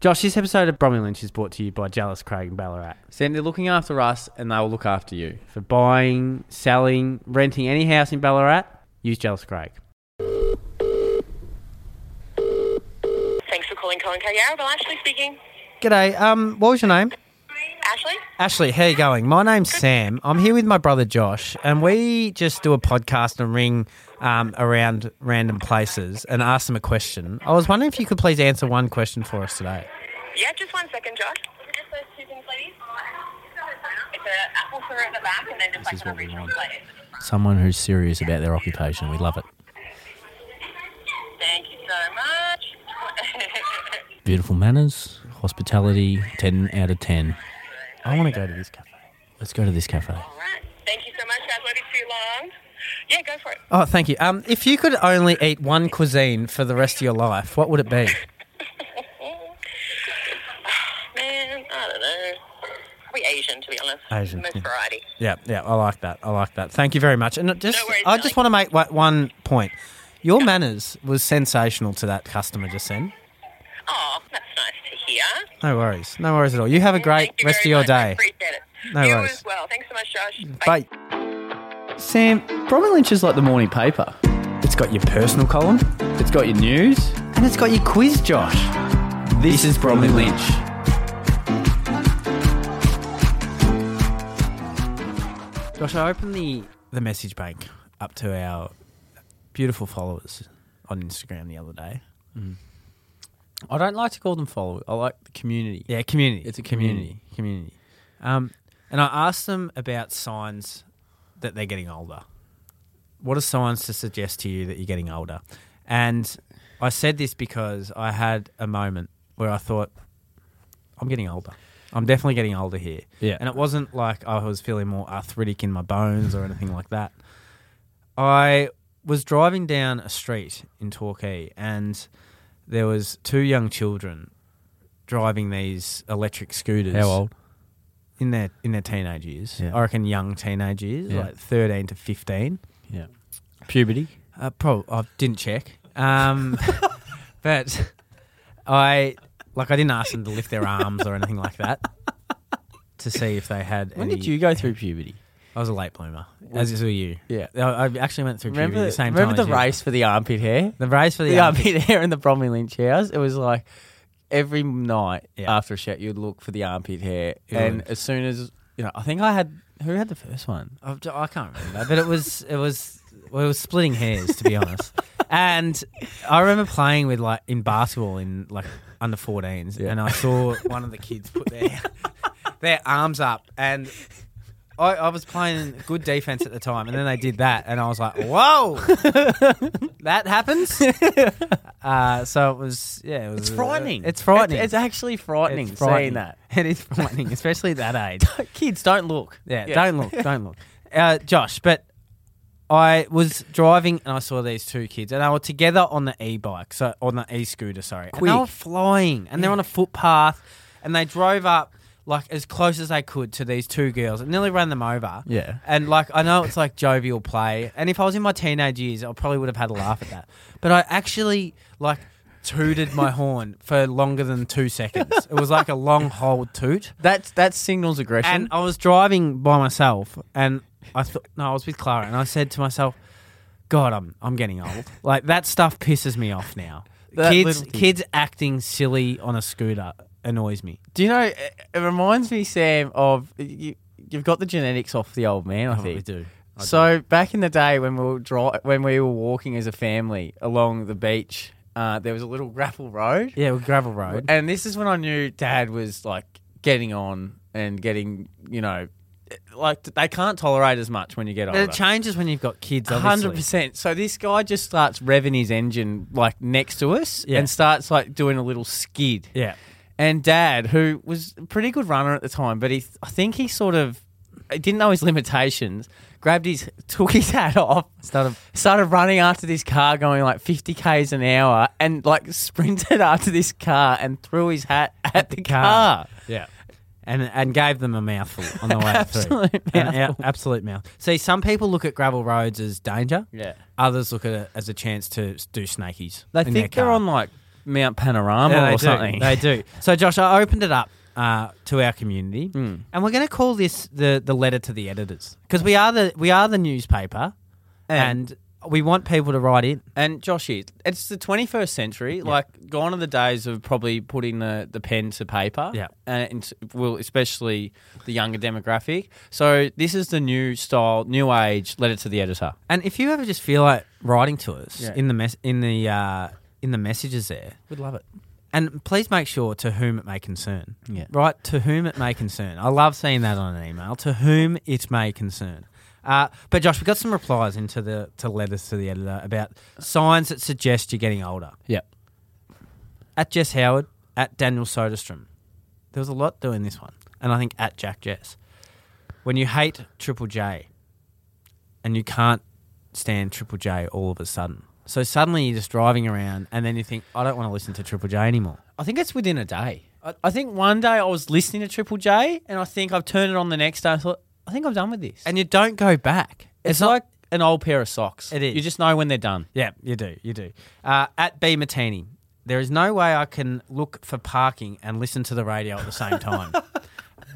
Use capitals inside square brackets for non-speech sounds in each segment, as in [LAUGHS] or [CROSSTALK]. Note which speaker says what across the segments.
Speaker 1: Josh, this episode of Bromley Lynch is brought to you by Jealous Craig and Ballarat.
Speaker 2: Sandy, looking after us, and they will look after you.
Speaker 1: For buying, selling, renting any house in Ballarat, use Jealous Craig.
Speaker 3: Thanks for calling Colin Carriero. Well, Ashley speaking.
Speaker 4: G'day. Um, what was your name?
Speaker 3: Ashley?
Speaker 4: Ashley, how you going? My name's Sam. I'm here with my brother Josh, and we just do a podcast and ring um, around random places and ask them a question. I was wondering if you could please answer one question for us today.
Speaker 3: Yeah, just one second, Josh. Just those two things, ladies. It's an apple for at the back and then just
Speaker 2: This is
Speaker 3: like an
Speaker 2: what we
Speaker 3: original
Speaker 2: want.
Speaker 3: plate.
Speaker 2: Someone who's serious about their occupation. We love it.
Speaker 3: Thank you so much.
Speaker 2: Beautiful manners, hospitality, 10 out of 10.
Speaker 4: I want to go to this cafe.
Speaker 2: Let's go to this
Speaker 3: [LAUGHS]
Speaker 2: cafe.
Speaker 3: All right. Thank you so much, guys. Won't be too long. Yeah, go for it.
Speaker 4: Oh, thank you. Um, if you could only eat one cuisine for the rest of your life, what would it be?
Speaker 3: Man, I don't know. Probably Asian, to be honest.
Speaker 4: Asian,
Speaker 3: Most
Speaker 4: yeah.
Speaker 3: variety.
Speaker 4: Yeah, yeah, I like that. I like that. Thank you very much. And it just,
Speaker 3: No worries,
Speaker 4: I just
Speaker 3: darling.
Speaker 4: want to make wa- one point. Your manners was sensational to that customer just then.
Speaker 3: Oh, that's nice to hear.
Speaker 4: No worries. No worries at all. You have a great
Speaker 3: Thank you
Speaker 4: rest of
Speaker 3: very
Speaker 4: your
Speaker 3: much. I
Speaker 4: day.
Speaker 3: appreciate it.
Speaker 4: No
Speaker 3: you
Speaker 4: worries.
Speaker 3: as well. Thanks so much, Josh.
Speaker 4: Bye.
Speaker 2: Sam, Bromley Lynch is like the morning paper.
Speaker 4: It's got your personal column
Speaker 2: It's got your news.
Speaker 4: and it's got your quiz, Josh.
Speaker 2: This is Bromley Lynch.
Speaker 4: Josh, I opened the, the message bank up to our beautiful followers on Instagram the other day.
Speaker 2: Mm. I don't like to call them followers. I like the community.
Speaker 4: Yeah, community.
Speaker 2: It's a community.
Speaker 4: Community. Um, and I asked them about signs that they're getting older. What are signs to suggest to you that you're getting older? And I said this because I had a moment where I thought, I'm getting older. I'm definitely getting older here.
Speaker 2: Yeah.
Speaker 4: And it wasn't like I was feeling more arthritic in my bones or anything like that. I was driving down a street in Torquay and there was two young children driving these electric scooters.
Speaker 2: How old?
Speaker 4: In their in their teenage years.
Speaker 2: Yeah.
Speaker 4: I reckon young teenage years,
Speaker 2: Yeah.
Speaker 4: like thirteen to fifteen.
Speaker 2: Yeah. Puberty.
Speaker 4: Uh, probably I didn't check, um, [LAUGHS] but I like I didn't ask them to lift their arms or anything like that to see if they had.
Speaker 2: When
Speaker 4: any-
Speaker 2: did you go through puberty?
Speaker 4: I was a late bloomer, as is you.
Speaker 2: Yeah.
Speaker 4: I, I actually went through puberty at the same time.
Speaker 2: remember the
Speaker 4: as you.
Speaker 2: race for the armpit hair?
Speaker 4: the race for the,
Speaker 2: [LAUGHS] the
Speaker 4: arm-
Speaker 2: armpit hair in the Bromley Lynch house. It was like every night
Speaker 4: Yeah.
Speaker 2: after a shout, you'd look for the armpit hair,
Speaker 4: You
Speaker 2: and
Speaker 4: would.
Speaker 2: as soon as you know, I think I had who had the first one.
Speaker 4: I've j- I can't remember, but it was it was well, it was splitting hairs to be honest. And I remember playing with like in basketball in like under 14s,
Speaker 2: Yeah.
Speaker 4: and I saw one of the kids put their their arms up, and I, I was playing good defense at the time, and then they did that, and I was like,
Speaker 2: [LAUGHS]
Speaker 4: "Whoa, that happens!" Uh, so it was, yeah, it was, uh, it's frightening.
Speaker 2: It's, it's actually frightening,
Speaker 4: It's
Speaker 2: seeing that.
Speaker 4: [LAUGHS] It is frightening, especially at that age.
Speaker 2: [LAUGHS] Kids don't look.
Speaker 4: Yeah,
Speaker 2: Yeah.
Speaker 4: don't look, don't look. [LAUGHS] Uh, Josh, but I was driving and I saw these two kids and they were together on the e bike, so on the e scooter, sorry. And
Speaker 2: Quick.
Speaker 4: they were flying and they're on a footpath and they drove up like as close as they could to these two girls and nearly ran them over.
Speaker 2: Yeah.
Speaker 4: And like I know it's like jovial play, and if I was in my teenage years, I probably would have had a laugh at that. But I actually like tooted my horn for longer than two seconds. It was like a long hold toot.
Speaker 2: That's that signals aggression.
Speaker 4: And I was driving by myself, and I thought, no, I was with Clara, and I said to myself, God, I'm I'm getting old. Like that stuff pisses me off now.
Speaker 2: [LAUGHS] That
Speaker 4: kids,
Speaker 2: little thing.
Speaker 4: kids acting silly on a scooter annoys me.
Speaker 2: Do you know? It, it reminds me, Sam, of you, you've got the genetics off the old man. Oh, I think
Speaker 4: we do. I do.
Speaker 2: so back in the day when we were dri- when we were walking as a family along the beach, uh, there was a little gravel road.
Speaker 4: Yeah, with gravel road.
Speaker 2: And this is when I knew Dad was like getting on and getting, you know, like they can't tolerate as much when you get
Speaker 4: But it
Speaker 2: older.
Speaker 4: changes when you've got kids.
Speaker 2: Hundred
Speaker 4: Hundred percent.
Speaker 2: percent. So this guy just starts revving his engine like next to us
Speaker 4: Yeah.
Speaker 2: and starts like doing a little skid.
Speaker 4: Yeah.
Speaker 2: And Dad, who was a pretty good runner at the time, but he, I think he sort of he didn't know his limitations. Grabbed his, [LAUGHS] took his hat off,
Speaker 4: Started-
Speaker 2: started running after this car, going like fifty k's an hour, and like [LAUGHS] sprinted after this car and threw his hat at, the, car.
Speaker 4: Yeah. And and gave them a mouthful on
Speaker 2: [LAUGHS]
Speaker 4: the way through.
Speaker 2: Absolute
Speaker 4: An a- absolute mouth. See, some people look at gravel roads as danger.
Speaker 2: Yeah.
Speaker 4: Others look at it as a chance to s- do snakies.
Speaker 2: They
Speaker 4: in their
Speaker 2: think they're
Speaker 4: car.
Speaker 2: on like Mount Panorama
Speaker 4: Yeah,
Speaker 2: or
Speaker 4: they do.
Speaker 2: something.
Speaker 4: They do. [LAUGHS] So, Josh, I opened it up uh, to our community, and we're going to call this the the letter to the editors because we are the we are the newspaper,
Speaker 2: And-
Speaker 4: and we want people to write in.
Speaker 2: And Joshy, it's the 21st century. Like gone are the days of probably putting the, the pen to paper.
Speaker 4: Yeah.
Speaker 2: and well, especially the younger demographic. So this is the new style, new age letter to the editor.
Speaker 4: And if you ever just feel like writing to us
Speaker 2: Yeah.
Speaker 4: in the mes- in the uh, in the messages there,
Speaker 2: We'd love it.
Speaker 4: and please make sure to whom it may concern.
Speaker 2: Yeah.
Speaker 4: Right, to whom it may concern. I love seeing that on an email. To whom it may concern. Uh, but Josh, we got some replies into the to letters to the editor about signs that suggest you're getting older.
Speaker 2: Yep.
Speaker 4: At Jess Howard, at Daniel Soderstrom. There was a lot doing this one, and I think at Jack Jess. When you hate Triple J, and you can't stand Triple J all of a sudden. So suddenly you're just driving around, and then you think, I don't want to listen to Triple J anymore.
Speaker 2: I think it's within a day. I, I think one day I was listening to Triple J, and I think I've turned it on the next day. I thought, I think I'm done with this.
Speaker 4: and you don't go back.
Speaker 2: it's, like an old pair of socks.
Speaker 4: It is.
Speaker 2: You just know when they're done.
Speaker 4: yeah, you do, you do. Uh, at B Matini, there is no way I can look for parking and listen to the radio at the same
Speaker 2: [LAUGHS]
Speaker 4: time.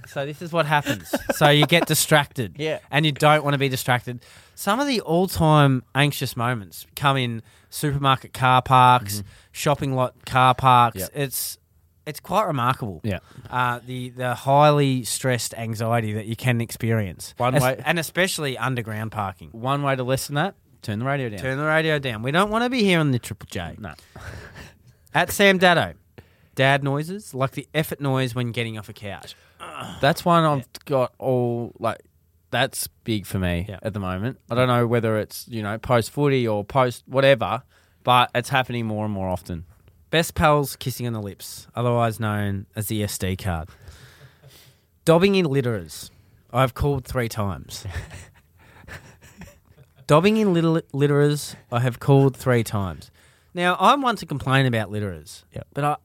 Speaker 4: so this is what happens. So you get distracted,
Speaker 2: Yeah.
Speaker 4: and you don't want to be distracted. Some of the all-time anxious moments come in supermarket car parks,
Speaker 2: Mm-hmm.
Speaker 4: shopping lot car parks.
Speaker 2: Yep.
Speaker 4: It's it's quite remarkable.
Speaker 2: Yeah.
Speaker 4: Uh, the the highly stressed anxiety that you can experience,
Speaker 2: One
Speaker 4: As-
Speaker 2: way-
Speaker 4: and especially underground parking.
Speaker 2: One way to lessen that: turn the radio down.
Speaker 4: Turn the radio down. We don't want to be hearing the Triple J.
Speaker 2: no.
Speaker 4: At Sam Dado, dad noises like the effort noise when getting off a couch.
Speaker 2: That's one I've got all like. That's big for me
Speaker 4: Yeah.
Speaker 2: at the moment. I don't know whether it's you know post footy or post whatever, but it's happening more and more often.
Speaker 4: Best pals kissing on the lips, otherwise known as the SD card. Dobbing in litterers. I've called three
Speaker 2: [LAUGHS]
Speaker 4: times. Dobbing in little litterers. I have called three times. Now I'm one to complain about litterers,
Speaker 2: Yep.
Speaker 4: but I,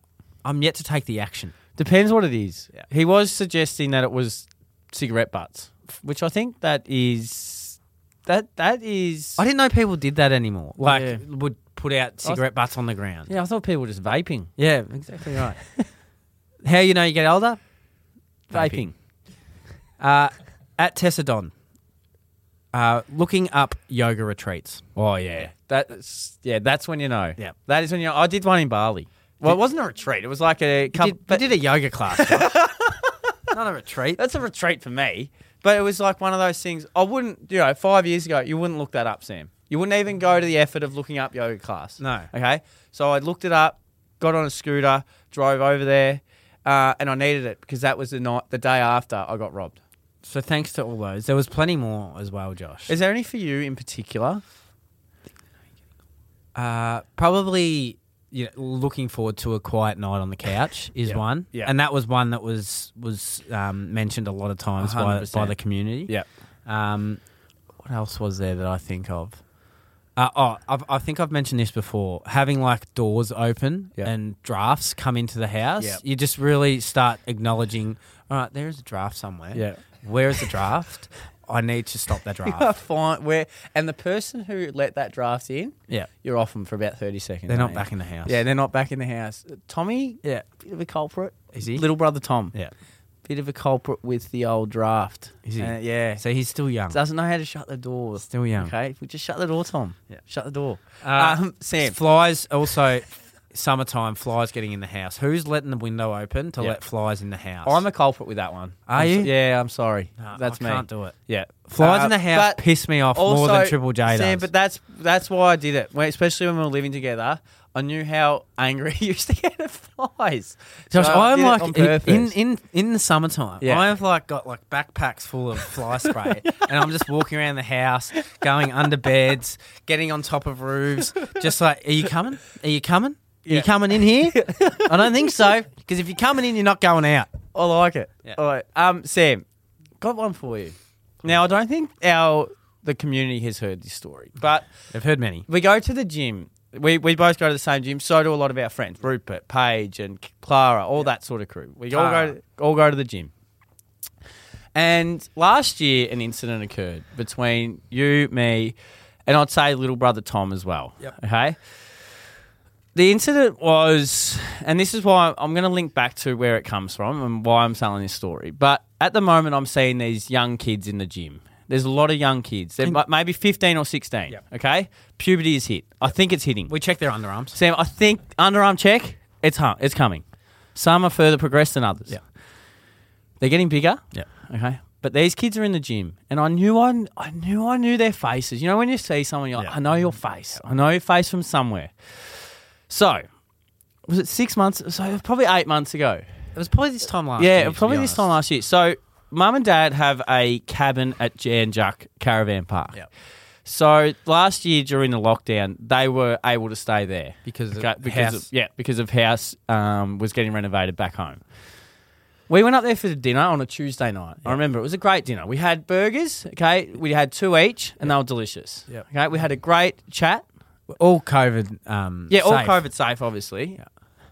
Speaker 4: I'm yet to take the action.
Speaker 2: Depends what it is.
Speaker 4: Yeah.
Speaker 2: He was suggesting that it was cigarette butts, which I think that is that that is.
Speaker 4: I didn't know people did that anymore. Like
Speaker 2: Yeah.
Speaker 4: would put out cigarette butts on the ground.
Speaker 2: yeah, I thought people were just vaping,
Speaker 4: Yeah, exactly right. How you know you get older?
Speaker 2: [LAUGHS] vaping.
Speaker 4: Uh, at Tessadon, uh, looking up yoga retreats.
Speaker 2: Oh yeah, that's yeah. That's when you know.
Speaker 4: Yeah.
Speaker 2: that is when you. know. I did one in Bali. Well, it wasn't a retreat. It was like a
Speaker 4: You
Speaker 2: couple.
Speaker 4: did, you did a yoga class, Josh. [LAUGHS] not a retreat.
Speaker 2: That's a retreat for me. But it was like one of those things. I wouldn't, you know, five years ago, you wouldn't look that up, Sam. You wouldn't even go to the effort of looking up yoga class.
Speaker 4: No.
Speaker 2: Okay. So I looked it up, got on a scooter, drove over there, uh, and I needed it because that was the night, the day after I got robbed.
Speaker 4: So thanks to all those. There was plenty more as well, Josh.
Speaker 2: Is there any for you in particular?
Speaker 4: Uh, probably you know, looking forward to a quiet night on the couch is
Speaker 2: Yeah.
Speaker 4: one,
Speaker 2: Yeah.
Speaker 4: and that was one that was was um, mentioned a lot of times by,
Speaker 2: 100%.
Speaker 4: by the community.
Speaker 2: Yeah.
Speaker 4: Um, what else was there that I think of? Uh, oh, I've, I think I've mentioned this before. Having like doors open
Speaker 2: Yeah.
Speaker 4: and drafts come into the house,
Speaker 2: Yeah.
Speaker 4: you just really start acknowledging. All right, there is a draft somewhere.
Speaker 2: Yeah.
Speaker 4: where is the draft? I need to stop that
Speaker 2: [LAUGHS] You are [LAUGHS]
Speaker 4: draft.
Speaker 2: fine. Where and the person who let that draft in,
Speaker 4: yeah,
Speaker 2: you're off them for about thirty seconds.
Speaker 4: they're not
Speaker 2: aren't you?
Speaker 4: back in the house.
Speaker 2: Yeah, they're not back in the house. Tommy,
Speaker 4: yeah,
Speaker 2: bit of a culprit.
Speaker 4: Is he?
Speaker 2: Little brother Tom.
Speaker 4: yeah.
Speaker 2: bit of a culprit with the old draft.
Speaker 4: Is he?
Speaker 2: Uh, yeah.
Speaker 4: So he's still young.
Speaker 2: Doesn't know how to shut the door.
Speaker 4: Still young.
Speaker 2: Okay, if we just shut the door, Tom.
Speaker 4: Yeah.
Speaker 2: Shut the door.
Speaker 4: Uh,
Speaker 2: um, Sam.
Speaker 4: Flies also summertime flies getting in the house. Who's letting the window open to
Speaker 2: Yeah.
Speaker 4: let flies in the house?
Speaker 2: I'm a culprit with that one.
Speaker 4: Are
Speaker 2: I'm so-
Speaker 4: you?
Speaker 2: yeah, I'm sorry.
Speaker 4: Nah,
Speaker 2: That's
Speaker 4: I
Speaker 2: me.
Speaker 4: Can't do it.
Speaker 2: Yeah.
Speaker 4: Flies
Speaker 2: Uh,
Speaker 4: in the house
Speaker 2: but
Speaker 4: piss me off more than
Speaker 2: also,
Speaker 4: Triple J
Speaker 2: Sam,
Speaker 4: does.
Speaker 2: but that's that's why I did it. When- especially when we were living together, I knew how [LAUGHS] angry you used to get at flies.
Speaker 4: Josh,
Speaker 2: So I
Speaker 4: I'm
Speaker 2: did it
Speaker 4: like
Speaker 2: on
Speaker 4: in, in
Speaker 2: purpose.
Speaker 4: in in the summertime.
Speaker 2: Yeah.
Speaker 4: I've like got like backpacks full of
Speaker 2: [LAUGHS]
Speaker 4: fly spray, and I'm just walking around the house, going under beds, getting on top of roofs, just like, are you coming? Are you coming? Are
Speaker 2: [LAUGHS] Yeah.
Speaker 4: you coming in here? I don't think so, because if you're coming in, you're not going out.
Speaker 2: I like it.
Speaker 4: Yeah.
Speaker 2: All right. Um, Sam, got one for you. Now I don't think our the community has heard this story, but
Speaker 4: I've heard many.
Speaker 2: we go to the gym. We, we both go to the same gym. So do a lot of our friends, Rupert, Paige, and Clara, all that sort of crew. We all go
Speaker 4: Clara.
Speaker 2: all go to the gym. And last year, an incident occurred between you, me, and I'd say little brother Tom as well.
Speaker 4: Yep.
Speaker 2: Okay. the incident was, and this is why I'm going to link back to where it comes from and why I'm telling this story. But at the moment, I'm seeing these young kids in the gym. There's a lot of young kids. They're mu- maybe 15 or 16.
Speaker 4: Yep.
Speaker 2: Okay, puberty is hit. I think it's hitting.
Speaker 4: We check their underarms.
Speaker 2: Sam, I think underarm check. It's hum- it's coming. Some are further progressed than others.
Speaker 4: Yeah.
Speaker 2: they're getting bigger.
Speaker 4: Yeah.
Speaker 2: Okay. But these kids are in the gym, and I knew I, kn- I knew I knew their faces. You know, when you see someone, you're like,
Speaker 4: Yeah.
Speaker 2: I know your face. I know your face from somewhere. So, was it six months? So it was probably eight months ago.
Speaker 4: It was probably this time last
Speaker 2: yeah,
Speaker 4: year, to
Speaker 2: probably
Speaker 4: be
Speaker 2: this
Speaker 4: honest.
Speaker 2: time last year. So, mum and dad have a cabin at Janjuk Caravan Park.
Speaker 4: Yeah.
Speaker 2: So last year during the lockdown, they were able to stay there
Speaker 4: Because of
Speaker 2: Okay, because
Speaker 4: house-
Speaker 2: of- yeah, because of house um, was getting renovated back home. We went up there for the dinner on a Tuesday night. I remember it was a great dinner. We had burgers. Okay, we had two each, and they were delicious.
Speaker 4: Yep.
Speaker 2: Okay, we had a great chat.
Speaker 4: All COVID. Um,
Speaker 2: Yeah, all
Speaker 4: safe.
Speaker 2: COVID safe, obviously.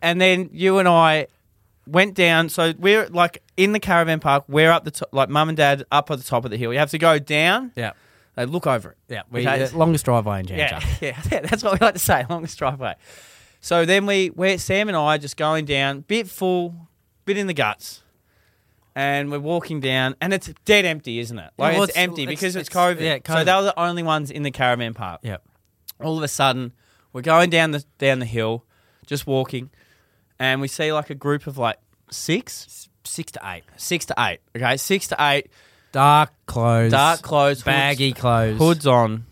Speaker 2: And then you and I went down. So we're like in the caravan park. We're up the top, like mum and dad up at the top of the hill. You have to go down.
Speaker 4: Yeah.
Speaker 2: They look over it.
Speaker 4: Yeah, we,
Speaker 2: Okay.
Speaker 4: uh, longest driveway in Janja.
Speaker 2: Yeah, [LAUGHS] yeah, that's what we like to say, longest driveway. So then we, we're, Sam and I, are just going down, bit full, bit in the guts, and we're walking down, and it's dead empty, isn't it? Like
Speaker 4: well,
Speaker 2: it's,
Speaker 4: it's-
Speaker 2: empty
Speaker 4: it's-
Speaker 2: because it's,
Speaker 4: it's-
Speaker 2: COVID.
Speaker 4: yeah,
Speaker 2: So
Speaker 4: COVID.
Speaker 2: they were the only ones in the caravan park.
Speaker 4: Yeah.
Speaker 2: All of a sudden, we're going down the down the hill, just walking, and we see like a group of like six,
Speaker 4: Six to eight.
Speaker 2: six to eight. Okay, six to eight,
Speaker 4: Dark clothes.
Speaker 2: dark clothes,
Speaker 4: baggy clothes.
Speaker 2: hoods on,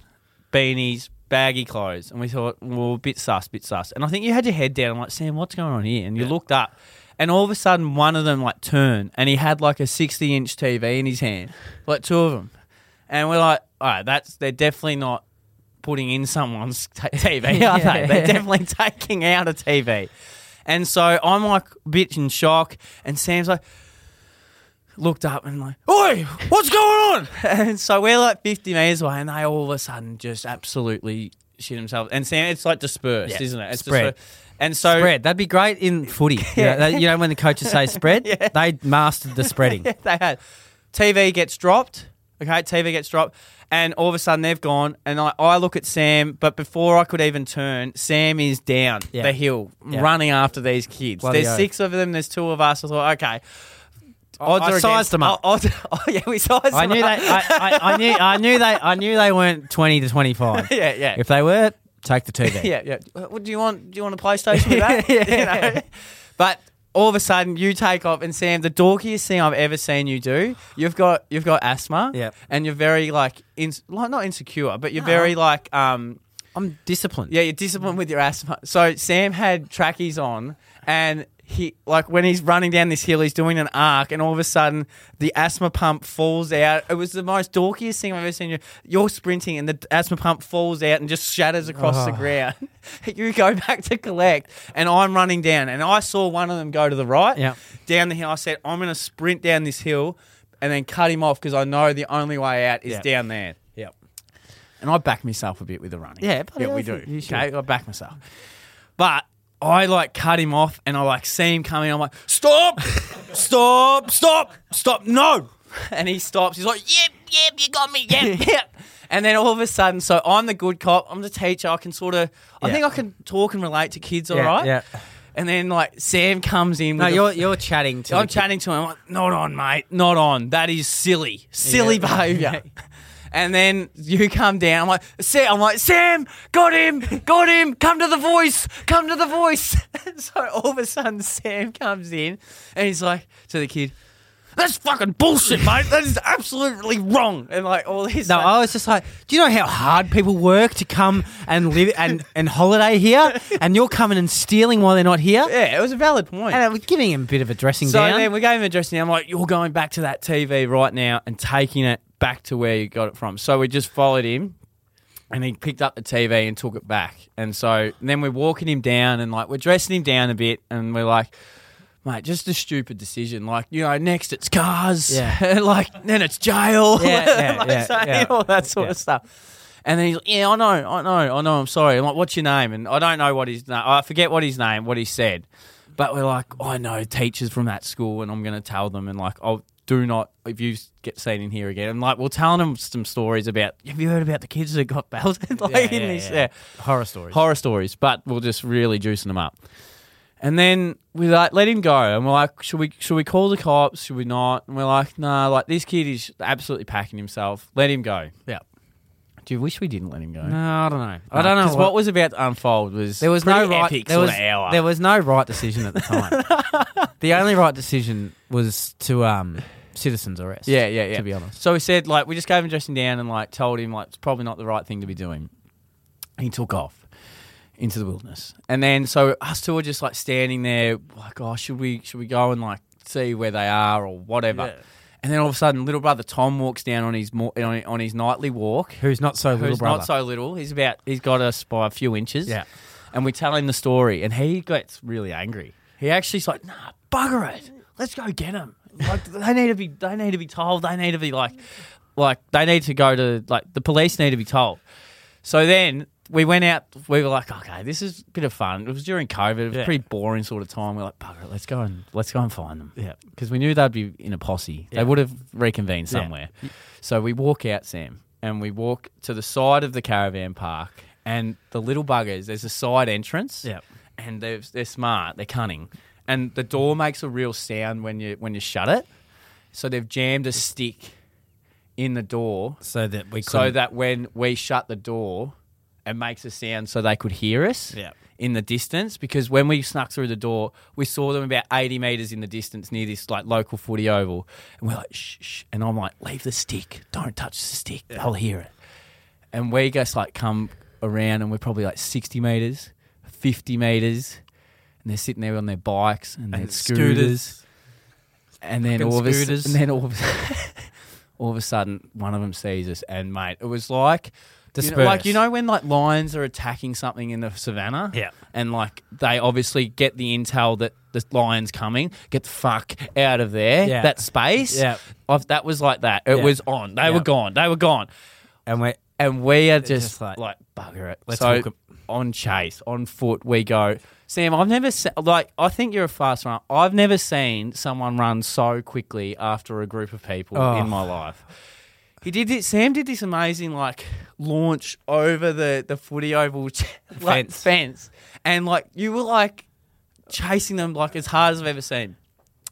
Speaker 2: beanies, baggy clothes, and we thought, well, bit sus, bit sus. And I think you had your head down. I'm like, Sam, what's going on here? And you looked up, and all of a sudden, one of them like turned, and he had like a 60 inch TV in his hand, like two of them. And we're like, all right, that's they're definitely not putting in someone's t- [LAUGHS] TV, are they? They're definitely [LAUGHS] taking out a TV. And so I'm like a bit in shock, and Sam's like, looked up and like, Oi, what's going on? [LAUGHS] and so we're like 50 meters away, and they all of a sudden just absolutely shit themselves. And Sam, it's like dispersed,
Speaker 4: Yeah.
Speaker 2: isn't it? It's
Speaker 4: Spread.
Speaker 2: dispersed. And so,
Speaker 4: Spread. That'd be great in footy.
Speaker 2: [LAUGHS]
Speaker 4: You know,
Speaker 2: Yeah.
Speaker 4: that- You, know, when the coaches say spread, they mastered the
Speaker 2: [LAUGHS]
Speaker 4: spreading.
Speaker 2: [LAUGHS] Yeah, they had. TV gets dropped. Okay, TV gets dropped, and all of a sudden they've gone. And I, I look at Sam, but before I could even turn, Sam is down
Speaker 4: Yeah.
Speaker 2: the hill,
Speaker 4: Yeah.
Speaker 2: running after these kids.
Speaker 4: Bloody
Speaker 2: there's
Speaker 4: oath.
Speaker 2: six of them. There's two of us. I thought, okay, odds
Speaker 4: I
Speaker 2: are
Speaker 4: sized
Speaker 2: against-
Speaker 4: them up.
Speaker 2: Oh, odds- [LAUGHS] oh, yeah, we sized
Speaker 4: I
Speaker 2: them
Speaker 4: knew they.
Speaker 2: up.
Speaker 4: I, I, I knew. I knew they. I knew they weren't twenty to twenty-five.
Speaker 2: [LAUGHS] [LAUGHS] yeah, yeah.
Speaker 4: If they were, take the TV.
Speaker 2: [LAUGHS] Yeah, yeah. Uh, What do you want? Do you want a PlayStation with that? [LAUGHS] You know? But all of a sudden, you take off, and Sam, the dorkiest thing I've ever seen you do. You've got you've got asthma,
Speaker 4: Yep.
Speaker 2: and you're very like in like not insecure, but you're
Speaker 4: No.
Speaker 2: very like um
Speaker 4: I'm disciplined.
Speaker 2: yeah, you're disciplined with your asthma. So Sam had trackies on, and he like when he's running down this hill, he's doing an arc, and all of a sudden the asthma pump falls out. It was the most dorkiest thing I've ever seen. You, you're sprinting, and the asthma pump falls out and just shatters across the
Speaker 4: Oh.
Speaker 2: ground. [LAUGHS] you go back to collect, and I'm running down, and I saw one of them go to the right,
Speaker 4: Yeah.
Speaker 2: down the hill. I said, I'm gonna sprint down this hill. And then cut him off because I know the only way out is
Speaker 4: Yeah.
Speaker 2: down there.
Speaker 4: Yep.
Speaker 2: And I back myself a bit with the running.
Speaker 4: Yeah, bloody
Speaker 2: yeah, we do.
Speaker 4: hell, you should.
Speaker 2: Okay, I back myself. But I like cut him off, and I like see him coming. I'm like, stop, [LAUGHS] stop, stop, stop, no. [LAUGHS] And he stops. He's like, yep, yep, you got me,
Speaker 4: [LAUGHS]
Speaker 2: yep, yep. And then all of a sudden, so I'm the good cop. I'm the teacher. I can sort of, I
Speaker 4: Yeah.
Speaker 2: think I can talk and relate to kids, all
Speaker 4: Yeah,
Speaker 2: right.
Speaker 4: yeah.
Speaker 2: And then like Sam comes in.
Speaker 4: No,
Speaker 2: with a-
Speaker 4: you're you're chatting to.
Speaker 2: I'm
Speaker 4: the kid.
Speaker 2: chatting to him. I'm like, not on, mate. Not on. That is silly.
Speaker 4: [LAUGHS]
Speaker 2: Silly
Speaker 4: Yeah.
Speaker 2: behaviour. And then you come down. I'm like, Sam. I'm like, Sam. Got him. Got him. Come to the voice. Come to the voice. [LAUGHS] so all of a sudden, Sam comes in, and he's like to the kid, "That's fucking bullshit, mate. That is absolutely wrong." And like all these.
Speaker 4: No, I was just like, do you know how hard people work to come and live and, and holiday here,
Speaker 2: [LAUGHS]
Speaker 4: and you're coming and stealing while they're not here,
Speaker 2: yeah, it was a valid point.
Speaker 4: and I was giving him a bit of a dressing
Speaker 2: So
Speaker 4: down.
Speaker 2: then we gave him a dressing down. I'm like, you're going back to that TV right now and taking it back to where you got it from. So we just followed him and he picked up the TV and took it back. And so then we're walking him down and like we're dressing him down a bit and we're like, mate, just a stupid decision. Like, you know, next it's cars.
Speaker 4: Yeah.
Speaker 2: and [LAUGHS] like, then it's jail. [LAUGHS]
Speaker 4: Yeah, yeah,
Speaker 2: Like,
Speaker 4: yeah,
Speaker 2: so, you
Speaker 4: yeah.
Speaker 2: know, all that sort of stuff. And then he's like, yeah, I know, I know, I know, I'm sorry. I'm like, what's your name? And I don't know what his name, I forget what his name, what he said. But we're like, I know teachers from that school and I'm going to tell them and like, I'll do not if you get seen in here again. And like we're telling them some stories about have you heard about the kids that got belted [LAUGHS] like in this yeah.
Speaker 4: Horror stories.
Speaker 2: horror stories, but we're just really juicing them up. And then we like let him go, and we're like, should we should we call the cops? Should we not? And we're like, nah, like this kid is absolutely packing himself. Let him go.
Speaker 4: yeah.
Speaker 2: Do you wish we didn't let him go?
Speaker 4: No, Uh, I don't know. I don't know
Speaker 2: Because what, was about to unfold was
Speaker 4: There was no
Speaker 2: pretty
Speaker 4: right.
Speaker 2: epic
Speaker 4: there,
Speaker 2: sort
Speaker 4: was,
Speaker 2: of hour.
Speaker 4: there was no right decision at the time.
Speaker 2: [LAUGHS]
Speaker 4: the only right decision was to um, citizens arrest.
Speaker 2: yeah, yeah, yeah.
Speaker 4: To be honest,
Speaker 2: so we said like we just gave him dressing down and like told him like it's probably not the right thing to be doing. He took off into the wilderness, and then so us two were just like standing there, like, oh, should we should we go and like see where they are or whatever?
Speaker 4: Yeah.
Speaker 2: And then all of a sudden, little brother Tom walks down on his mo- on on his nightly walk.
Speaker 4: who's not so little
Speaker 2: Who's
Speaker 4: brother?
Speaker 2: not so little? He's about he's got us by a few inches.
Speaker 4: Yeah.
Speaker 2: and we tell him the story, and he gets really angry. He actually's like, "Nah, bugger it, let's go get him. Like [LAUGHS] they need to be, they need to be told. They need to be like, like they need to go to like the police need to be told." So then we went out. We were like, "Okay, this is a bit of fun." It was during COVID. It was
Speaker 4: Yeah.
Speaker 2: pretty boring sort of time. We're like, "Bugger it, let's go and let's go and find them."
Speaker 4: Yeah.
Speaker 2: because we knew they'd be in a posse.
Speaker 4: Yeah.
Speaker 2: They would have reconvened
Speaker 4: Yeah.
Speaker 2: somewhere. So we walk out, Sam, and we walk to the side of the caravan park. And the little buggers, there's a side entrance.
Speaker 4: Yep.
Speaker 2: And they're, they're smart, they're cunning. And the door makes a real sound when you when you shut it. So they've jammed a stick in the door
Speaker 4: So that we
Speaker 2: so
Speaker 4: couldn't-
Speaker 2: that when we shut the door, it makes a sound so they could hear us
Speaker 4: Yep.
Speaker 2: in the distance. Because when we snuck through the door, we saw them about eighty meters in the distance near this like local footy oval, and we're like, shh, shh. and I'm like, leave the stick, don't touch the stick, they'll hear it. And we just like come around, and we're probably like sixty meters, fifty meters. And they're sitting there on their bikes and, their scooters and then
Speaker 4: Fucking
Speaker 2: all of a,
Speaker 4: scooters.
Speaker 2: s- and then all of, [LAUGHS] all of a sudden one of them sees us and mate it was like you know, like
Speaker 4: Disperse.
Speaker 2: you know when like lions are attacking something in the savannah
Speaker 4: Yeah.
Speaker 2: and like they obviously get the intel that the lion's coming get the fuck out of there
Speaker 4: Yeah.
Speaker 2: that space
Speaker 4: Yeah.
Speaker 2: I've, that was like that it
Speaker 4: Yeah.
Speaker 2: was on they
Speaker 4: Yeah.
Speaker 2: were gone they were gone
Speaker 4: and we
Speaker 2: and we are just,
Speaker 4: just like,
Speaker 2: like, bugger it.
Speaker 4: let's
Speaker 2: so
Speaker 4: walk 'em.
Speaker 2: on chase, on foot, we go. Sam, I've never se- like I think you're a fast runner. I've never seen someone run so quickly after a group of people
Speaker 4: Oh.
Speaker 2: in my life. He did it. Sam did this amazing like launch over the the footy oval ch- like,
Speaker 4: Fence.
Speaker 2: fence, and like you were like chasing them like as hard as I've ever seen,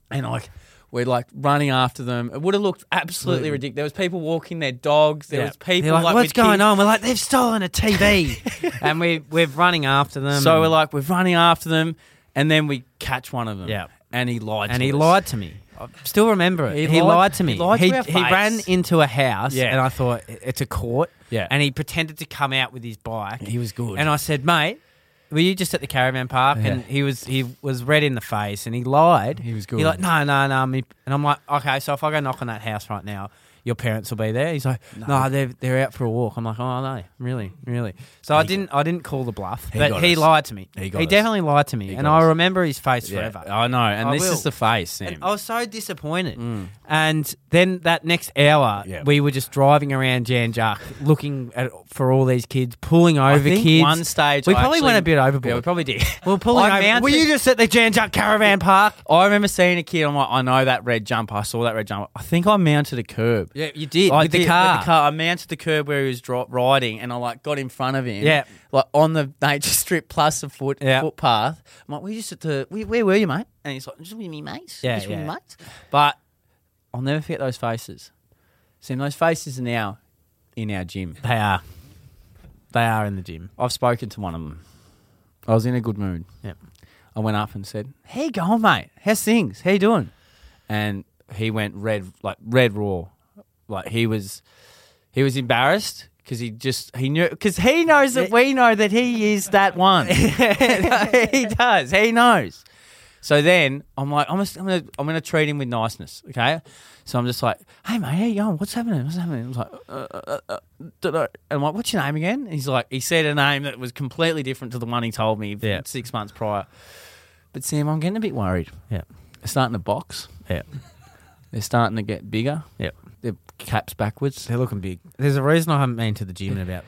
Speaker 2: and like. We're like running after them. It would have looked absolutely ridiculous. There was people walking their dogs. There
Speaker 4: Yeah.
Speaker 2: was people
Speaker 4: They're like,
Speaker 2: like
Speaker 4: what's
Speaker 2: with kids-
Speaker 4: going on? We're like, they've stolen a
Speaker 2: [LAUGHS]
Speaker 4: TV, and we we're running after them.
Speaker 2: So we're
Speaker 4: and-
Speaker 2: like, we're running after them, and then we catch one of them.
Speaker 4: Yeah.
Speaker 2: And he lied.
Speaker 4: and
Speaker 2: to
Speaker 4: he
Speaker 2: us.
Speaker 4: lied to me. I still remember it.
Speaker 2: He
Speaker 4: He,
Speaker 2: lied-
Speaker 4: lied, to me.
Speaker 2: he lied to our
Speaker 4: he
Speaker 2: face.
Speaker 4: ran into a house,
Speaker 2: Yeah.
Speaker 4: and I thought "I- it's a court.
Speaker 2: Yeah.
Speaker 4: and he pretended to come out with his bike.
Speaker 2: He was good.
Speaker 4: And I said, mate. Were you just at the caravan park? And
Speaker 2: Yeah.
Speaker 4: he was he was red in the face, and he lied.
Speaker 2: He was
Speaker 4: He
Speaker 2: good.
Speaker 4: like, no, no, no. I'm in-" And I'm like, okay, so if I go knock on that house right now, your parents will be there. He's like, no, they're they're out for a walk. I'm like, oh no, really, really. So I didn't I didn't call the bluff,
Speaker 2: He
Speaker 4: but
Speaker 2: got
Speaker 4: he
Speaker 2: us.
Speaker 4: lied to me.
Speaker 2: He got us.
Speaker 4: definitely lied to me, and
Speaker 2: got
Speaker 4: I
Speaker 2: us.
Speaker 4: remember his face
Speaker 2: Yeah.
Speaker 4: forever.
Speaker 2: I know. And
Speaker 4: I
Speaker 2: this
Speaker 4: will.
Speaker 2: is the face, Sam.
Speaker 4: And I was so disappointed. And then that next hour,
Speaker 2: Mm. Yeah.
Speaker 4: we were just driving around Jan Jack, looking at, for all these kids, pulling over
Speaker 2: think
Speaker 4: kids.
Speaker 2: one stage
Speaker 4: we
Speaker 2: I
Speaker 4: probably
Speaker 2: actually-
Speaker 4: went a bit overboard.
Speaker 2: Yeah, we probably did. [LAUGHS]
Speaker 4: We were pulling
Speaker 2: I
Speaker 4: over. Were
Speaker 2: mounted-
Speaker 4: you just at the Jan Jack Caravan Park?
Speaker 2: I remember seeing a kid. I'm like, I know that red jumper. I saw that red jumper. I think I mounted a curb.
Speaker 4: Yeah, you did
Speaker 2: I
Speaker 4: with the
Speaker 2: did,
Speaker 4: car.
Speaker 2: the car. I mounted the curb where he was dro- riding, and I like got in front of him.
Speaker 4: Yeah.
Speaker 2: like on the nature [LAUGHS] strip plus the foot
Speaker 4: Yeah.
Speaker 2: footpath. I'm like, we just at the where, where were you, mate? And he's like, just with me, mates.
Speaker 4: Yeah,
Speaker 2: just with me,
Speaker 4: yeah.
Speaker 2: mates. But I'll never forget those faces. Sam, those faces are now in our gym.
Speaker 4: They are. They are in the gym.
Speaker 2: I've spoken to one of them. I was in a good mood.
Speaker 4: Yeah.
Speaker 2: I went up and said, "How you going, mate? How's things? How you doing?" And he went red, like red raw, like he was, he was embarrassed because he just he knew because he knows that we know that he is that one. [LAUGHS] he does. He knows. So then I'm like, I'm, just, I'm gonna I'm gonna treat him with niceness, okay? So I'm just like, hey mate, how you going? What's happening? What's happening? I was like, uh, uh, uh, dunno. and I'm like, what's your name again? And he's like, he said a name that was completely different to the one he told me
Speaker 4: Yeah.
Speaker 2: six months prior. But Sam, I'm getting a bit worried.
Speaker 4: Yeah.
Speaker 2: They're starting to box.
Speaker 4: Yeah.
Speaker 2: They're starting to get bigger.
Speaker 4: Yeah.
Speaker 2: Their caps backwards.
Speaker 4: They're looking big. There's a reason I haven't been to the gym in about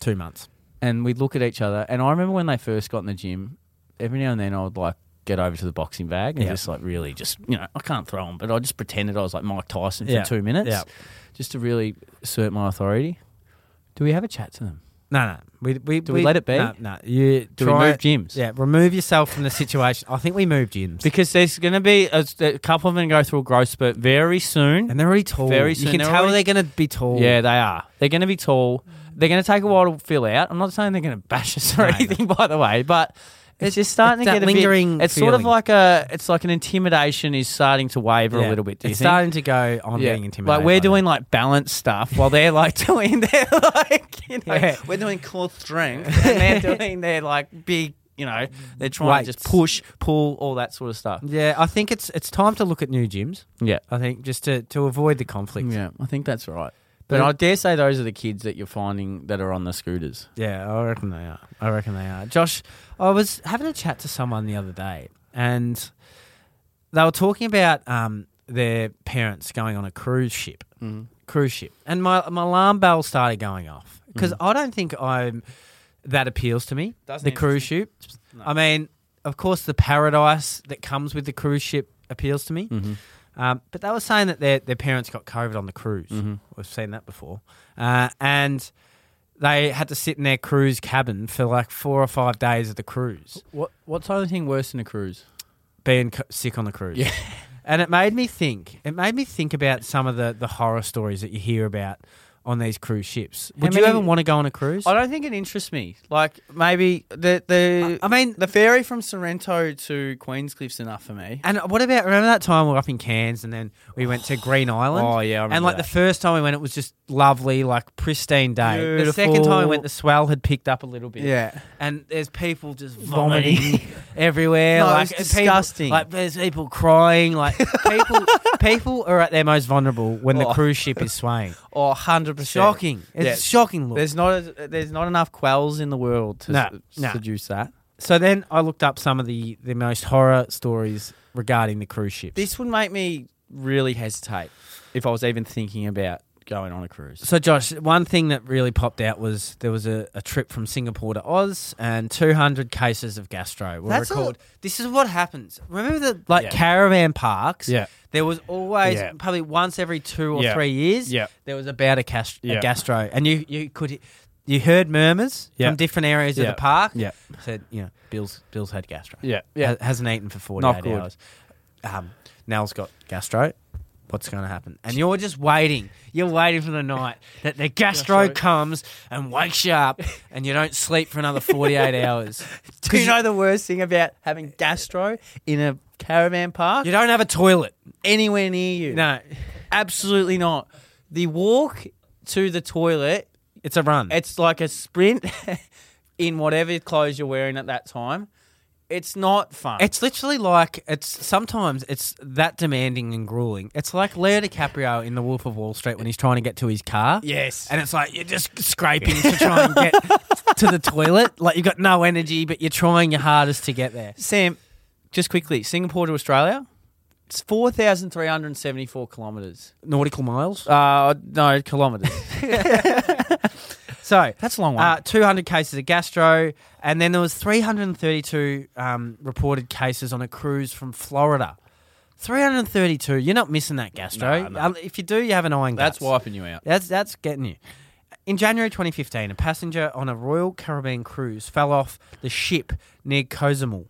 Speaker 4: two months.
Speaker 2: and we'd look at each other. And I remember when they first got in the gym, every now and then I would like get over to the boxing bag and
Speaker 4: Yeah.
Speaker 2: just like really just you know I can't throw them, but I just pretended I was like Mike Tyson for
Speaker 4: Yeah.
Speaker 2: two minutes,
Speaker 4: Yeah.
Speaker 2: just to really assert my authority. Do we have a chat to them?
Speaker 4: No, no. We, we,
Speaker 2: we let it be?
Speaker 4: No, no. You
Speaker 2: Do we
Speaker 4: try-
Speaker 2: move gyms?
Speaker 4: Yeah, remove yourself from the situation. I think we move gyms.
Speaker 2: Because there's going to be a, a couple of them go through a growth spurt very soon.
Speaker 4: and they're already tall.
Speaker 2: Very
Speaker 4: you
Speaker 2: soon
Speaker 4: can
Speaker 2: they're
Speaker 4: tell
Speaker 2: already-
Speaker 4: they're going to be tall.
Speaker 2: Yeah, they are. They're going to be tall. They're going to take a while to fill out. I'm not saying they're going to bash us or
Speaker 4: No, no.
Speaker 2: anything, by the way, but it's, just starting
Speaker 4: it's that
Speaker 2: to get a bit-
Speaker 4: lingering
Speaker 2: It's sort of
Speaker 4: feeling.
Speaker 2: like a. It's like an intimidation is starting to waver a
Speaker 4: Yeah.
Speaker 2: little bit. Do you
Speaker 4: It's
Speaker 2: think?
Speaker 4: starting to go. I'm
Speaker 2: Yeah.
Speaker 4: being intimidated.
Speaker 2: Like we're
Speaker 4: by
Speaker 2: doing like balance stuff while they're like [LAUGHS] doing their like you know
Speaker 4: Yeah.
Speaker 2: we're doing core strength
Speaker 4: [LAUGHS]
Speaker 2: and they're doing their like big you know they're trying to just
Speaker 4: Weights.
Speaker 2: push pull all that sort of stuff.
Speaker 4: them. Yeah, I think it's it's time to look at new gyms.
Speaker 2: Yeah.
Speaker 4: I think just to to avoid the conflict.
Speaker 2: Yeah, I think that's right. But
Speaker 4: But-
Speaker 2: I dare say those are the kids that you're finding that are on the scooters.
Speaker 4: Yeah, I reckon they are. I reckon they are. Josh, I was having a chat to someone the other day, and they were talking about um, their parents going on a cruise ship. Cruise ship, and my my alarm bell started going off because I don't think I'm that appeals to me.
Speaker 2: Doesn't
Speaker 4: the
Speaker 2: interest
Speaker 4: cruise ship. I mean, of course, the paradise that comes with the cruise ship appeals to me.
Speaker 2: Mm-hmm.
Speaker 4: Um, but they were saying that their their parents got COVID on the cruise.
Speaker 2: Mm-hmm.
Speaker 4: We've seen that before, uh, and they had to sit in their cruise cabin for like four or five days of the cruise,
Speaker 2: What what's the other thing worse than a cruise?
Speaker 4: being co- sick on the cruise.
Speaker 2: Yeah.
Speaker 4: [LAUGHS] And it made me think. It made me think about some of the, the horror stories that you hear about on these cruise ships.
Speaker 2: How
Speaker 4: Would you
Speaker 2: many-
Speaker 4: ever want to go on a cruise?
Speaker 2: I don't think it interests me. Like maybe the the
Speaker 4: I- I mean-
Speaker 2: the ferry from Sorrento to Queenscliff's enough for me.
Speaker 4: And what about remember that time we were up in Cairns and then we went to Green Island?
Speaker 2: Oh, yeah, I remember
Speaker 4: and like
Speaker 2: that.
Speaker 4: the first time we went, it was just lovely, like pristine day. The second
Speaker 2: Beautiful.
Speaker 4: time we went, the swell had picked up a little bit.
Speaker 2: Yeah.
Speaker 4: and there's people just
Speaker 2: Vomiting.
Speaker 4: vomiting,
Speaker 2: [LAUGHS]
Speaker 4: everywhere.
Speaker 2: No, it
Speaker 4: like
Speaker 2: was
Speaker 4: and people-
Speaker 2: disgusting.
Speaker 4: like there's people crying. Like
Speaker 2: [LAUGHS]
Speaker 4: people, people are at their most vulnerable when the
Speaker 2: Oh.
Speaker 4: cruise ship is
Speaker 2: [LAUGHS]
Speaker 4: swaying.
Speaker 2: Or Oh, hundred percent
Speaker 4: Shocking! It's
Speaker 2: Yeah.
Speaker 4: shocking. Look.
Speaker 2: There's not a, there's not enough quells in the world to
Speaker 4: No,
Speaker 2: s-
Speaker 4: no.
Speaker 2: seduce that.
Speaker 4: so then I looked up some of the the most horror stories regarding the cruise ships.
Speaker 2: This would make me really hesitate if I was even thinking about going on a cruise.
Speaker 4: So, Josh, one thing that really popped out was there was a, a trip from Singapore to Oz, and 200 cases of gastro were
Speaker 2: That's a-
Speaker 4: recorded. This is what happens. Remember the like
Speaker 2: Yeah.
Speaker 4: caravan parks?
Speaker 2: Yeah.
Speaker 4: There was always
Speaker 2: Yeah.
Speaker 4: probably once every two or
Speaker 2: Yeah.
Speaker 4: three years.
Speaker 2: Yeah.
Speaker 4: There was about a, cas-
Speaker 2: Yeah.
Speaker 4: a gastro, and you you could you heard murmurs
Speaker 2: Yeah.
Speaker 4: from different areas
Speaker 2: Yeah.
Speaker 4: of the park.
Speaker 2: Yeah.
Speaker 4: Said you know Bill's Bill's had gastro.
Speaker 2: Yeah, yeah.
Speaker 4: Ha- hasn't eaten for 48
Speaker 2: Not good.
Speaker 4: hours. Um, Nell's got gastro what's going to happen. And you're just waiting. You're waiting for the night that the gastro
Speaker 2: Gastro.
Speaker 4: comes and wakes you
Speaker 2: [LAUGHS]
Speaker 4: up and you don't sleep for another 48 hours.
Speaker 2: Do you know the worst thing about having gastro in a caravan park?
Speaker 4: You don't have a toilet.
Speaker 2: Anywhere near you.
Speaker 4: No,
Speaker 2: absolutely not. The walk to the toilet,
Speaker 4: it's a run.
Speaker 2: it's like a sprint [LAUGHS] in whatever clothes you're wearing at that time. It's not fun.
Speaker 4: It's literally like it's sometimes it's that demanding and grueling. It's like Leo DiCaprio in The Wolf of Wall Street when he's trying to get to his car.
Speaker 2: yes.
Speaker 4: And it's like you're just scraping to try and get to the toilet. Like you've got no energy, but you're trying your hardest to get there.
Speaker 2: Sam, just quickly, Singapore to Australia, it's 4,374 kilometres.
Speaker 4: Nautical miles.
Speaker 2: Uh, no, kilometres. [LAUGHS]
Speaker 4: So
Speaker 2: That's a long one.
Speaker 4: Uh, 200 cases of gastro, and then there was 332 um, reported cases on a cruise from Florida. 332. You're not missing that gastro.
Speaker 2: No, no.
Speaker 4: Um, If you do, you have an eye on
Speaker 2: That's
Speaker 4: guts.
Speaker 2: wiping you out.
Speaker 4: That's that's getting you. In January 2015, a passenger on a Royal Caribbean cruise fell off the ship near Cozumel.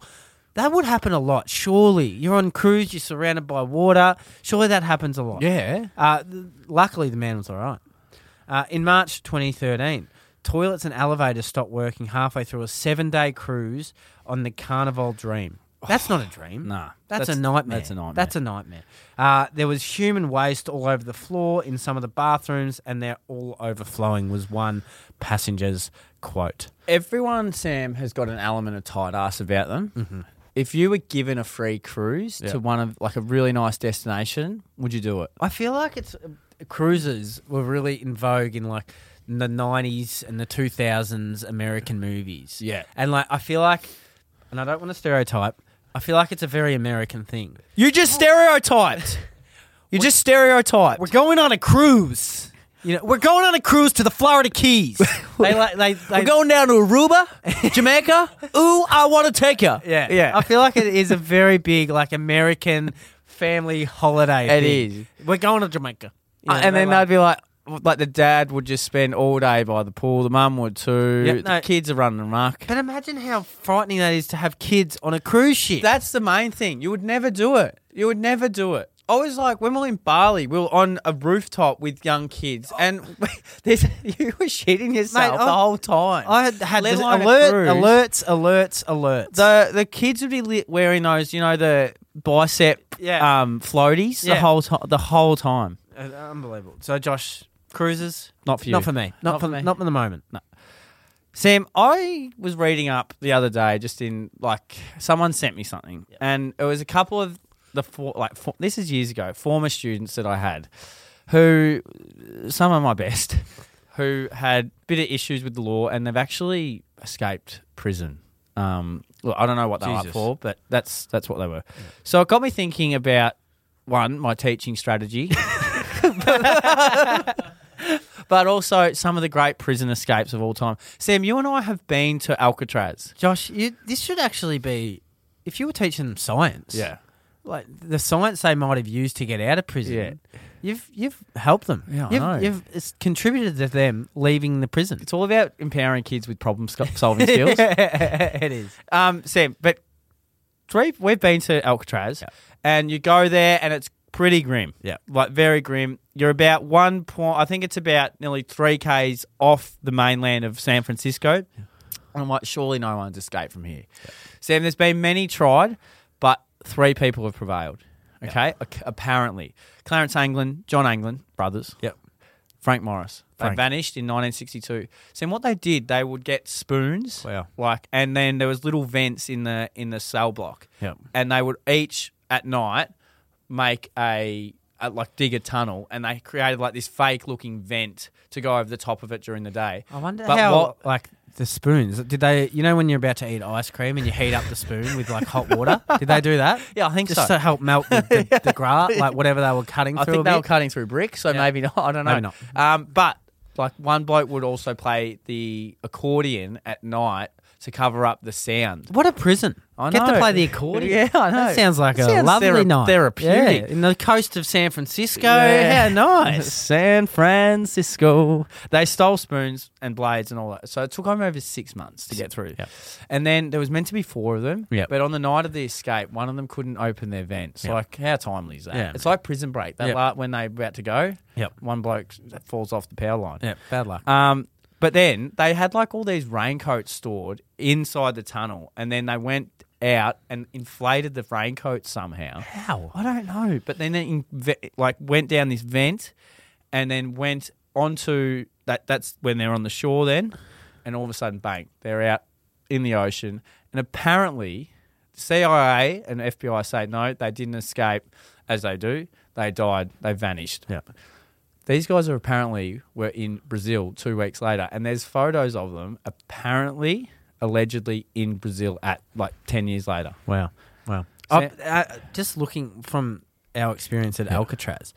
Speaker 4: That would happen a lot, surely. You're on cruise, you're surrounded by water. Surely that happens a lot.
Speaker 2: Yeah.
Speaker 4: Uh, th- luckily, the man was all right. Uh, in March 2013, toilets and elevators stopped working halfway through a seven day cruise on the Carnival Dream. That's
Speaker 2: [SIGHS]
Speaker 4: not a dream.
Speaker 2: nah.
Speaker 4: That's,
Speaker 2: That's-
Speaker 4: a nightmare.
Speaker 2: that's a nightmare.
Speaker 4: That's a nightmare. Uh, there was human waste all over the floor in some of the bathrooms, and they're all overflowing, was one passenger's quote.
Speaker 2: Everyone, Sam, has got an element of tight ass about them. If you were given a free cruise to one of like a really nice destination, would you do it?
Speaker 4: I feel like it's cruises were really in vogue in like the nineties and the two thousands American movies.
Speaker 2: Yeah.
Speaker 4: and like I feel like, and I don't want to stereotype. I feel like it's a very American thing.
Speaker 2: Oh. You just stereotyped. You just stereotyped.
Speaker 4: We're going on a cruise. You know, we're going on a cruise to the Florida
Speaker 2: [LAUGHS]
Speaker 4: Keys. Uh,
Speaker 2: They like they, they
Speaker 4: we're going down to Aruba,
Speaker 2: [LAUGHS]
Speaker 4: Jamaica. Ooh, I want to take you.
Speaker 2: Yeah. Yeah.
Speaker 4: I feel like it is a very big, like American family holiday.
Speaker 2: It
Speaker 4: thing. We're going to Jamaica. You
Speaker 2: Uh,
Speaker 4: know,
Speaker 2: and
Speaker 4: they
Speaker 2: then
Speaker 4: like-
Speaker 2: they'd be like, like the dad would just spend all day by the pool. The mum would too.
Speaker 4: Yeah,
Speaker 2: the
Speaker 4: no.
Speaker 2: kids are running amok.
Speaker 4: But imagine how frightening that is to have kids on a cruise ship.
Speaker 2: That's the main thing. You would never do it. You would never do it. I was like, when we were in Bali, we were on a rooftop with young kids, and [LAUGHS] there's, you were shitting yourself
Speaker 4: I-
Speaker 2: the whole time.
Speaker 4: I had, had
Speaker 2: Let
Speaker 4: this
Speaker 2: alone a
Speaker 4: alert,
Speaker 2: cruise.
Speaker 4: alerts, alerts, alerts.
Speaker 2: the the kids would be li- wearing those, you know, the bicep
Speaker 4: Yeah.
Speaker 2: um, floaties the
Speaker 4: Yeah.
Speaker 2: whole time. The whole time.
Speaker 4: Uh, unbelievable. So, Josh, cruises?
Speaker 2: Not for you.
Speaker 4: Not for me. Not, for,
Speaker 2: me.
Speaker 4: Not for the moment.
Speaker 2: Sam, I was reading up the other day, just in like someone sent me something, and it was a couple of the four, like for, this is years ago, former students that I had, who some of my best, [LAUGHS] who had a bit of issues with the law, and they've actually escaped prison. Um, well, I don't know what they were up
Speaker 4: Jesus.
Speaker 2: for, but that's that's what they were. So it got me thinking about one my teaching strategy. [LAUGHS] but also some of the great prison escapes of all time. Sam, you and I have been to Alcatraz.
Speaker 4: Josh, you, this should actually be if you were teaching them science. like the science they might have used to get out of prison.
Speaker 2: Yeah.
Speaker 4: You've you've helped them.
Speaker 2: Yeah, I
Speaker 4: you've,
Speaker 2: know.
Speaker 4: you've it's contributed to them leaving the prison.
Speaker 2: It's all about empowering kids with problem sco- solving skills.
Speaker 4: [LAUGHS] it is.
Speaker 2: Um, Sam, but three, we've been to Alcatraz, and you go there, and it's pretty grim.
Speaker 4: Yeah.
Speaker 2: like very grim. You're about one point. I think it's about nearly three k's off the mainland of San Francisco. And I'm like, surely no one's escaped from here. Sam, there's been many tried, but three people have prevailed. Okay, Ac- apparently, Clarence Anglin, John Anglin, brothers.
Speaker 4: Yep.
Speaker 2: Frank Morris. They
Speaker 4: Frank.
Speaker 2: vanished in 1962. So what they did, they would get spoons,
Speaker 4: Wow.
Speaker 2: like, and then there was little vents in the in the cell block,
Speaker 4: Yep.
Speaker 2: and they would each at night make a, a like dig a tunnel, and they created like this fake looking vent to go over the top of it during the day.
Speaker 4: I wonder
Speaker 2: But
Speaker 4: how
Speaker 2: what-
Speaker 4: like the spoons. Did they you know when you're about to eat ice cream and you heat up the spoon with like hot [LAUGHS] water? Did they do that?
Speaker 2: Yeah, I think
Speaker 4: Just
Speaker 2: so.
Speaker 4: to help melt the, the, [LAUGHS] the grass, like whatever they were cutting
Speaker 2: I
Speaker 4: through.
Speaker 2: think
Speaker 4: a
Speaker 2: they were
Speaker 4: bit.
Speaker 2: cutting through brick, so maybe [LAUGHS] not. I don't know.
Speaker 4: Maybe
Speaker 2: Um, but like one bloke would also play the accordion at night to cover up the sound.
Speaker 4: What a prison!
Speaker 2: I
Speaker 4: Get
Speaker 2: know.
Speaker 4: to play the accordion.
Speaker 2: Yeah, I know.
Speaker 4: That sounds like a
Speaker 2: Sounds
Speaker 4: lovely
Speaker 2: thera-
Speaker 4: night.
Speaker 2: therapeutic.
Speaker 4: Yeah, in the coast of San Francisco.
Speaker 2: Yeah.
Speaker 4: How [LAUGHS] nice!
Speaker 2: [LAUGHS] San Francisco. They stole spoons and blades and all that. So it took them over six months to get through.
Speaker 4: Yep.
Speaker 2: And then there was meant to be four of them.
Speaker 4: Yep.
Speaker 2: But on the night of the escape, one of them couldn't open their vent. So
Speaker 4: Yep.
Speaker 2: like, how timely is that?
Speaker 4: Yeah,
Speaker 2: it's like prison break. That
Speaker 4: Yep.
Speaker 2: la- when they're about to go,
Speaker 4: Yep.
Speaker 2: one bloke falls off the power line.
Speaker 4: Yeah, bad luck.
Speaker 2: Um, but then they had like all these raincoats stored inside the tunnel, and then they went out and inflated the raincoats somehow.
Speaker 4: How?
Speaker 2: I don't know, but then they inve- like went down this vent, and then went onto that. That's when they're on the shore then, and all of a sudden, bang, they're out in the ocean. And apparently, CIA and FBI say no, they didn't escape, as they do. They died. They vanished.
Speaker 4: Yeah.
Speaker 2: These guys are apparently were in Brazil two weeks later, and there's photos of them apparently, allegedly in Brazil at like ten years later.
Speaker 4: Wow. Wow.
Speaker 2: Sam-
Speaker 4: I- I- just looking from our experience at Alcatraz,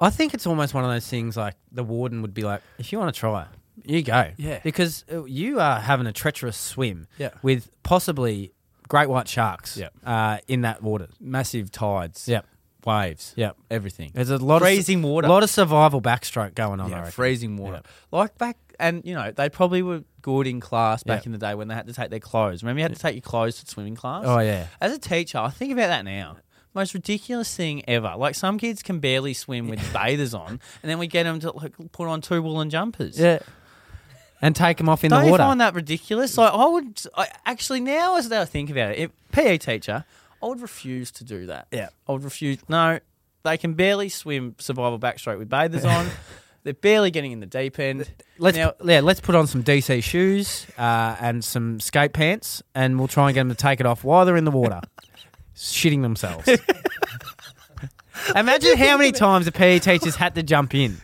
Speaker 4: I think it's almost one of those things like the warden would be like, if you want to try, you go.
Speaker 2: Yeah.
Speaker 4: Because uh, you are having a treacherous swim
Speaker 2: Yeah.
Speaker 4: with possibly great white sharks
Speaker 2: Yep.
Speaker 4: uh, in that water.
Speaker 2: Massive tides.
Speaker 4: Yep.
Speaker 2: Waves.
Speaker 4: Yep.
Speaker 2: Everything.
Speaker 4: There's a lot
Speaker 2: Freezing
Speaker 4: of,
Speaker 2: water.
Speaker 4: A lot of survival backstroke going on. I
Speaker 2: yeah,
Speaker 4: reckon.
Speaker 2: freezing water.
Speaker 4: Yeah.
Speaker 2: Like back, and you know, they probably were good in class back
Speaker 4: Yeah.
Speaker 2: in the day when they had to take their clothes. Remember, you had to take your clothes to swimming class?
Speaker 4: Oh, yeah.
Speaker 2: As a teacher, I think about that now. Most ridiculous thing ever. Like some kids can barely swim with bathers on, and then we get them to like put on two woolen jumpers.
Speaker 4: Yeah. And take them off in
Speaker 2: Don't
Speaker 4: the
Speaker 2: you
Speaker 4: water.
Speaker 2: find that ridiculous? Like I would I, actually now, as I think about it, if, PE teacher, I would refuse to do that.
Speaker 4: Yeah.
Speaker 2: I would refuse. No, they can barely swim survival backstroke with
Speaker 4: [LAUGHS]
Speaker 2: bathers on. They're barely getting in the deep end.
Speaker 4: Let's
Speaker 2: now,
Speaker 4: yeah, let's put on some DC shoes uh, and some skate pants, and we'll try and get them to take it off while they're in the water, [LAUGHS] shitting
Speaker 2: [LAUGHS]
Speaker 4: themselves. Imagine how many times the PE teachers had to jump in.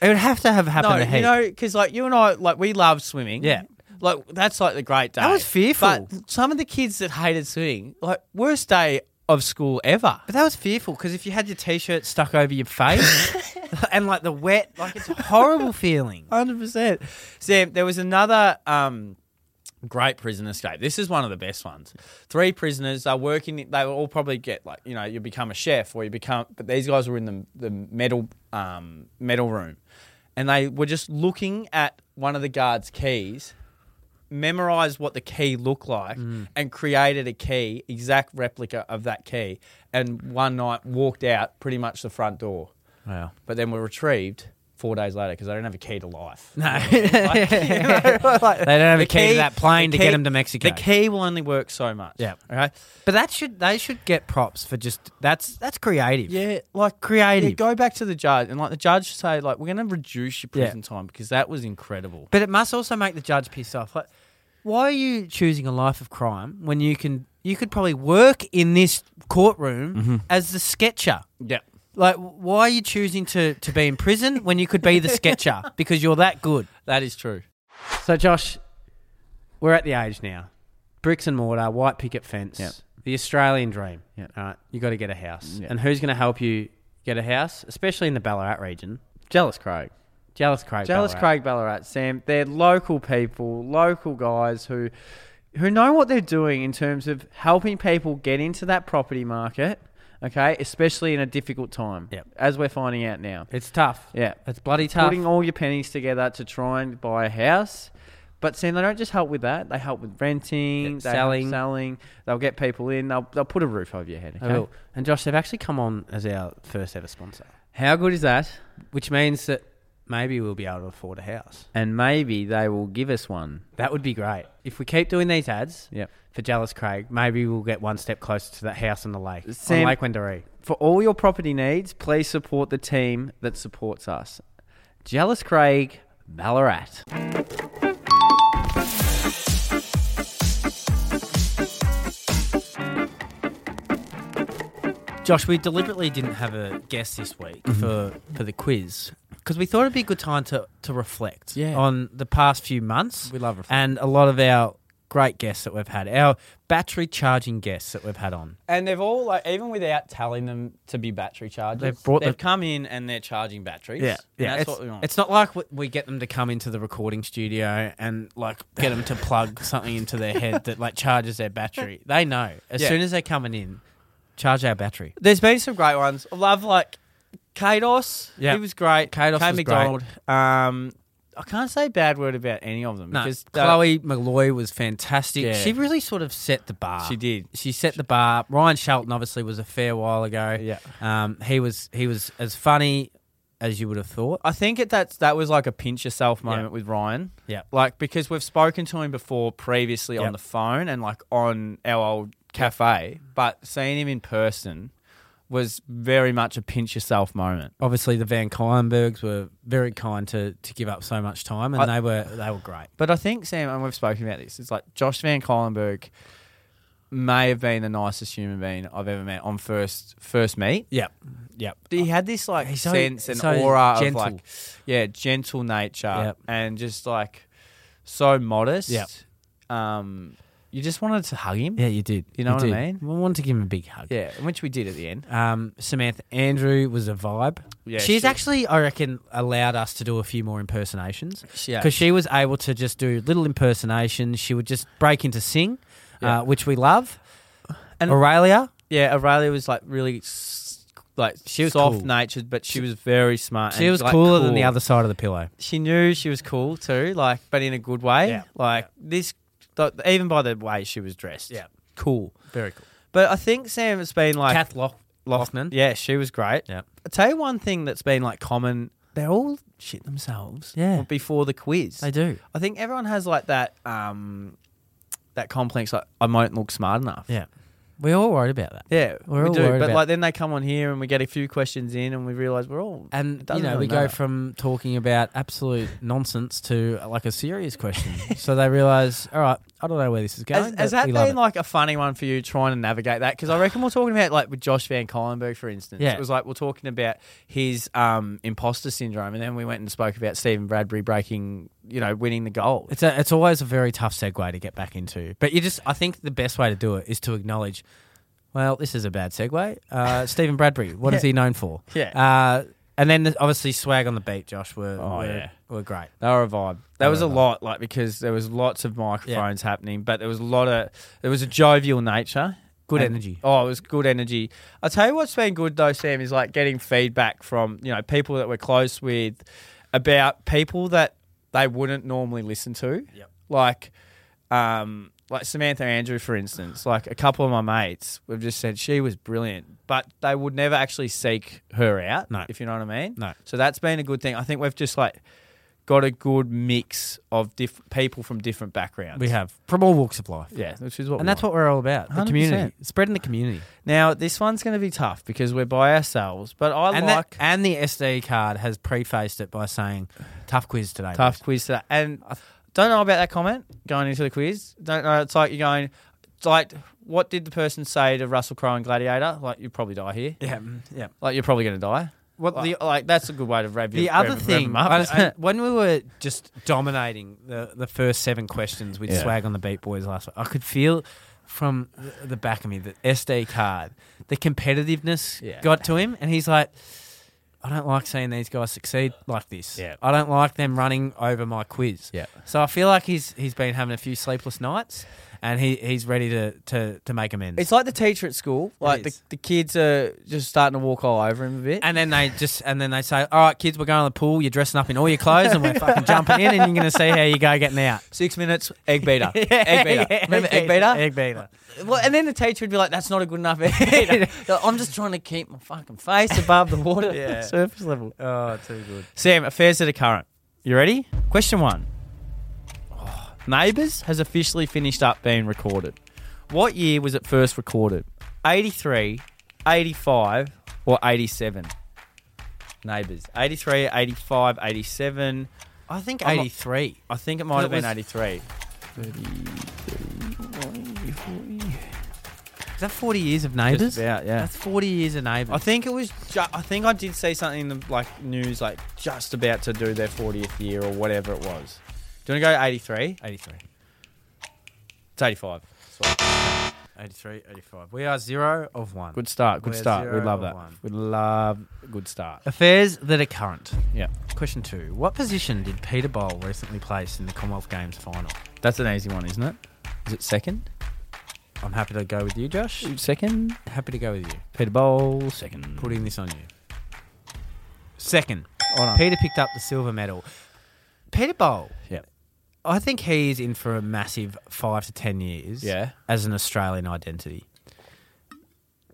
Speaker 4: It would have to have happened
Speaker 2: no,
Speaker 4: to
Speaker 2: you
Speaker 4: heat.
Speaker 2: know, because like you and I, like we love swimming.
Speaker 4: Yeah.
Speaker 2: Like that's like the great day.
Speaker 4: was fearful.
Speaker 2: But some of the kids that hated swimming, like worst day. of school ever.
Speaker 4: But that was fearful because if you had your t-shirt stuck over your face and like the wet, like it's a horrible feeling.
Speaker 2: Hundred percent. Sam, there was another um, great prison escape. This is one of the best ones. Three prisoners are working. They will all probably get like you know you become a chef or you become. But these guys were in the the metal um, metal room, and they were just looking at one of the guards' keys. Memorized what the key looked like and created a key, exact replica of that key. And one night walked out pretty much the front door
Speaker 4: Wow.
Speaker 2: but then were retrieved four days later because they don't have a key to life.
Speaker 4: No, [LAUGHS] they don't have a key, to [LAUGHS] that plane to get them to Mexico.
Speaker 2: The key will only work so much.
Speaker 4: Yeah.
Speaker 2: Okay.
Speaker 4: But that should they should get props for just that's that's creative.
Speaker 2: Yeah, like
Speaker 4: Creative.
Speaker 2: yeah, go back to the judge and like the judge should say like we're going to reduce your
Speaker 4: Yeah.
Speaker 2: prison time because that was incredible.
Speaker 4: But it must also make the judge pissed off. Like, why are you choosing a life of crime when you can you could probably work in this courtroom as the sketcher?
Speaker 2: Yeah.
Speaker 4: Like, why are you choosing to, to be in prison when you could be the sketcher
Speaker 1: [LAUGHS]
Speaker 4: because you're that good?
Speaker 2: That is true.
Speaker 1: So, Josh, we're at the age now. Bricks and mortar, white picket fence,
Speaker 2: Yep.
Speaker 1: the Australian dream.
Speaker 2: Yep.
Speaker 1: All right, you got to get a house.
Speaker 2: Yep.
Speaker 1: And who's going to help you get a house, especially in the Ballarat region? Jealous Craig. Jealous Craig.
Speaker 2: Jealous
Speaker 1: Ballarat.
Speaker 2: Craig Ballarat, Sam. They're local people, local guys who who know what they're doing in terms of helping people get into that property market, okay? Especially in a difficult time.
Speaker 1: Yep.
Speaker 2: As we're finding out now.
Speaker 1: It's tough.
Speaker 2: Yeah.
Speaker 1: It's bloody tough.
Speaker 2: Putting all your pennies together to try and buy a house. But Sam, they don't just help with that. They help with
Speaker 1: Yeah,
Speaker 2: renting, they help
Speaker 1: selling.
Speaker 2: selling. They'll get people in. They'll, they'll put a roof over your head.
Speaker 1: I
Speaker 2: Okay?
Speaker 1: will. And Josh, they've actually come on as our first ever sponsor,
Speaker 2: How good is that?
Speaker 1: which means that maybe we'll be able to afford a house.
Speaker 2: And maybe they will give us one.
Speaker 1: That would be great. If we keep doing these ads
Speaker 2: Yep.
Speaker 1: for Jealous Craig, maybe we'll get one step closer to that house on the lake,
Speaker 2: Sam-
Speaker 1: on Lake Wendouree.
Speaker 2: For all your property needs, please support the team that supports us. Jealous Craig Ballarat.
Speaker 4: Josh, we deliberately didn't have a guest this week
Speaker 2: Mm-hmm.
Speaker 4: for, for the quiz because we thought it'd be a good time to, to reflect
Speaker 2: Yeah.
Speaker 4: on the past few months.
Speaker 2: We love reflect-
Speaker 4: And a lot of our great guests that we've had, our battery charging guests that we've had on.
Speaker 2: And they've all, like, even without telling them to be battery chargers,
Speaker 4: They've brought the-
Speaker 2: come in and they're charging batteries. And
Speaker 4: it's, it's not like we- we get them to come into the recording studio and like get them to plug
Speaker 2: [LAUGHS]
Speaker 4: something into their head that like charges their battery. They know as
Speaker 2: Yeah.
Speaker 4: soon as they're coming in, charge our battery.
Speaker 2: There's been some great ones. I love like Kados.
Speaker 4: Yeah.
Speaker 2: He was great.
Speaker 4: Kados
Speaker 2: Kate
Speaker 4: was
Speaker 2: McDonald. Um I can't say a bad word about any of them
Speaker 4: No,
Speaker 2: because they-
Speaker 4: Chloe Malloy was fantastic.
Speaker 2: Yeah.
Speaker 4: She really sort of set the bar.
Speaker 2: She did.
Speaker 4: She set the bar. up. Ryan Shelton obviously was a fair while ago.
Speaker 2: Yeah.
Speaker 4: um, he was he was as funny as you would have thought.
Speaker 2: I think it, that's that was like a pinch yourself moment with Ryan.
Speaker 4: Yeah.
Speaker 2: Like because we've spoken to him before previously
Speaker 4: Yeah.
Speaker 2: on the phone and like on our old cafe, but seeing him in person was very much a pinch yourself moment.
Speaker 4: Obviously, the Van Kyenbergs were very kind to to give up so much time, and
Speaker 2: I-
Speaker 4: they were they were great.
Speaker 2: But I think Sam, and we've spoken about this. It's like Josh Van Kylenberg may have been the nicest human being I've ever met on first first meet.
Speaker 4: Yep. Yep.
Speaker 2: He had this like
Speaker 4: He's so-
Speaker 2: sense and
Speaker 4: so
Speaker 2: aura
Speaker 4: gentle.
Speaker 2: of like, yeah, gentle nature
Speaker 4: Yep.
Speaker 2: and just like so modest.
Speaker 4: Yep.
Speaker 2: Um, you just wanted to hug him.
Speaker 4: Yeah, you did.
Speaker 2: You know what I
Speaker 4: did.
Speaker 2: mean?
Speaker 4: We wanted to give him a big hug.
Speaker 2: Yeah, which we did at the end.
Speaker 4: Um, Samantha Andrew was a vibe.
Speaker 2: Yeah,
Speaker 4: She's
Speaker 2: she-
Speaker 4: actually, I reckon, allowed us to do a few more impersonations
Speaker 2: She has.
Speaker 4: because she was able to just do little impersonations. She would just break into sing,
Speaker 2: Yeah.
Speaker 4: uh, which we love.
Speaker 2: And-
Speaker 4: Aurelia,
Speaker 2: Yeah, Aurelia was like really s- like
Speaker 4: She was
Speaker 2: soft
Speaker 4: cool.
Speaker 2: natured, but she was very smart.
Speaker 4: she
Speaker 2: and,
Speaker 4: was
Speaker 2: like,
Speaker 4: cooler than the
Speaker 2: cool.
Speaker 4: other side of the pillow.
Speaker 2: she knew she was cool too, like, but in a good way.
Speaker 4: Yeah.
Speaker 2: Like this, th- even by the way she was dressed.
Speaker 4: Yeah.
Speaker 2: cool.
Speaker 4: Very cool.
Speaker 2: But I think Sam, it's been like
Speaker 4: Kath Loch- Lochman.
Speaker 2: Yeah, she was great.
Speaker 4: Yep.
Speaker 2: I tell you one thing that's been like common. They're all shit themselves.
Speaker 4: Yeah.
Speaker 2: Before the quiz,
Speaker 4: They do.
Speaker 2: I think everyone has like that. um that complex, like I won't look smart enough.
Speaker 4: Yeah, we're all worried about that.
Speaker 2: yeah,
Speaker 4: We're
Speaker 2: we
Speaker 4: all
Speaker 2: do.
Speaker 4: worried
Speaker 2: But
Speaker 4: about-
Speaker 2: like, then they come on here and we get a few questions in, and we realize we're all
Speaker 4: And
Speaker 2: it doesn't
Speaker 4: you know, we
Speaker 2: really
Speaker 4: go
Speaker 2: matter.
Speaker 4: from talking about absolute nonsense to uh, like a serious question. so they realize, all right, I don't know where this is going.
Speaker 2: Has,
Speaker 4: but
Speaker 2: has that
Speaker 4: we love
Speaker 2: been
Speaker 4: it."
Speaker 2: like a funny one for you trying to navigate that? Because I reckon we're talking about like with Josh Van Kylenberg, for instance.
Speaker 4: Yeah.
Speaker 2: It was like we're talking about his um, imposter syndrome, and then we went and spoke about Stephen Bradbury breaking, you know, winning the goal.
Speaker 4: It's a, it's always a very tough segue to get back into. But you just I think the best way to do it is to acknowledge Well, this is a bad segue.
Speaker 2: [LAUGHS]
Speaker 4: Uh, Stephen Bradbury, what is he known for?
Speaker 1: Yeah.
Speaker 4: Uh, and then there's obviously Swag on the Beat, Josh, were,
Speaker 2: Oh,
Speaker 4: were,
Speaker 2: yeah.
Speaker 4: were great.
Speaker 2: They were a vibe. That was a lot, like because there was lots of microphones happening, but there was a lot of there was a jovial nature.
Speaker 4: Good energy.
Speaker 2: Oh, it was good energy. I'll tell you what's been good though, Sam, is like getting feedback from, you know, people that we're close with about people that they wouldn't normally listen to.
Speaker 4: Yep.
Speaker 2: Like um like Samantha Andrew, for instance, like a couple of my mates have just said she was brilliant, but they would never actually seek her out.
Speaker 4: No.
Speaker 2: If you know what I mean?
Speaker 4: No.
Speaker 2: So that's been a good thing. I think we've just like got a good mix of diff- people from different backgrounds.
Speaker 4: We have from all walks of life.
Speaker 2: Yeah, which is what
Speaker 4: And
Speaker 2: we
Speaker 4: that's
Speaker 2: want.
Speaker 4: what we're all about the
Speaker 2: 100%.
Speaker 4: community, spreading the community.
Speaker 2: Now this one's going to be tough because we're by ourselves, but I
Speaker 4: and
Speaker 2: like
Speaker 4: that, and the SD card has prefaced it by saying, "Tough quiz today."
Speaker 2: tough
Speaker 4: boys."
Speaker 2: quiz today. And I don't know about that comment going into the quiz. Don't know. It's like you're going. It's like what did the person say to Russell Crowe and Gladiator? Like you probably die here.
Speaker 4: Yeah, mm, yeah.
Speaker 2: Like you're probably going to die.
Speaker 4: What
Speaker 2: Like,
Speaker 4: the
Speaker 2: like that's a good way to rev
Speaker 4: the
Speaker 2: your-
Speaker 4: other
Speaker 2: rev- rev
Speaker 4: thing?
Speaker 2: 'em up,
Speaker 4: I-
Speaker 2: isn't
Speaker 4: I-
Speaker 2: [LAUGHS] it?
Speaker 4: when we were just dominating the the first seven questions with
Speaker 2: Yeah.
Speaker 4: swag on the Beat Boys last week, I could feel from the- the back of me the SD card, the competitiveness
Speaker 2: Yeah.
Speaker 4: got to him, and he's like. I don't like seeing these guys succeed like this.
Speaker 2: Yeah.
Speaker 4: I don't like them running over my quiz.
Speaker 2: Yeah.
Speaker 4: So I feel like he's he's been having a few sleepless nights, and he, he's ready to, to, to make amends.
Speaker 2: It's like the teacher at school. Like the,
Speaker 4: is.
Speaker 2: the kids are just starting to walk all over him a bit.
Speaker 4: And then they just and then they say, "All right, kids, we're going to the pool. You're dressing up in all your clothes, and [LAUGHS] we're fucking jumping in, and you're going to see how you go getting out."
Speaker 2: Six minutes, egg
Speaker 4: [LAUGHS]
Speaker 2: beater, egg beater. Remember egg beater?
Speaker 4: Egg beater.
Speaker 2: Well, and then the teacher would be like, "That's not a good enough
Speaker 4: [LAUGHS]
Speaker 2: egg." I'm just trying to keep my fucking face above the
Speaker 4: [LAUGHS]
Speaker 2: water
Speaker 4: Yeah.
Speaker 2: surface level.
Speaker 4: Oh, too good.
Speaker 2: Sam, affairs that are current. You ready? Question one. Oh, Neighbours has officially finished up being recorded. What year was it first recorded? 83, 85, or 87? Neighbours. 83, 85, 87.
Speaker 4: I think
Speaker 2: I'm not-
Speaker 4: eighty-three.
Speaker 2: I think it might have
Speaker 4: It
Speaker 2: been
Speaker 4: was-
Speaker 2: 83.
Speaker 4: Is that forty years of neighbours?
Speaker 2: Just about, yeah.
Speaker 4: That's forty years of neighbours.
Speaker 2: I think it was. Ju- I think I did see something in the like news, like just about to do their 40th year or whatever it was. Do you want to go 83?
Speaker 4: eighty-three.
Speaker 2: It's 85.
Speaker 4: 83, 85. We are zero of one.
Speaker 2: Good start. Good
Speaker 4: We're
Speaker 2: start. We
Speaker 4: zero
Speaker 2: love
Speaker 4: or
Speaker 2: that.
Speaker 4: one.
Speaker 2: We love a good
Speaker 4: [LAUGHS]
Speaker 2: start.
Speaker 4: Affairs that are current.
Speaker 2: Yeah,
Speaker 4: Question two: What position did Peter Bowl recently place in the Commonwealth Games final?
Speaker 2: that's an easy one, isn't it? Is it second?
Speaker 4: I'm happy to go with you, Josh.
Speaker 2: Second.
Speaker 4: Happy to go with you.
Speaker 2: Peter Bowl. Second.
Speaker 4: Putting this on you. Second.
Speaker 2: Oh, no.
Speaker 4: Peter picked up the silver medal. Peter Bowl,
Speaker 2: Yeah.
Speaker 4: I think he is in for a massive five to ten years
Speaker 2: Yeah.
Speaker 4: as an Australian identity.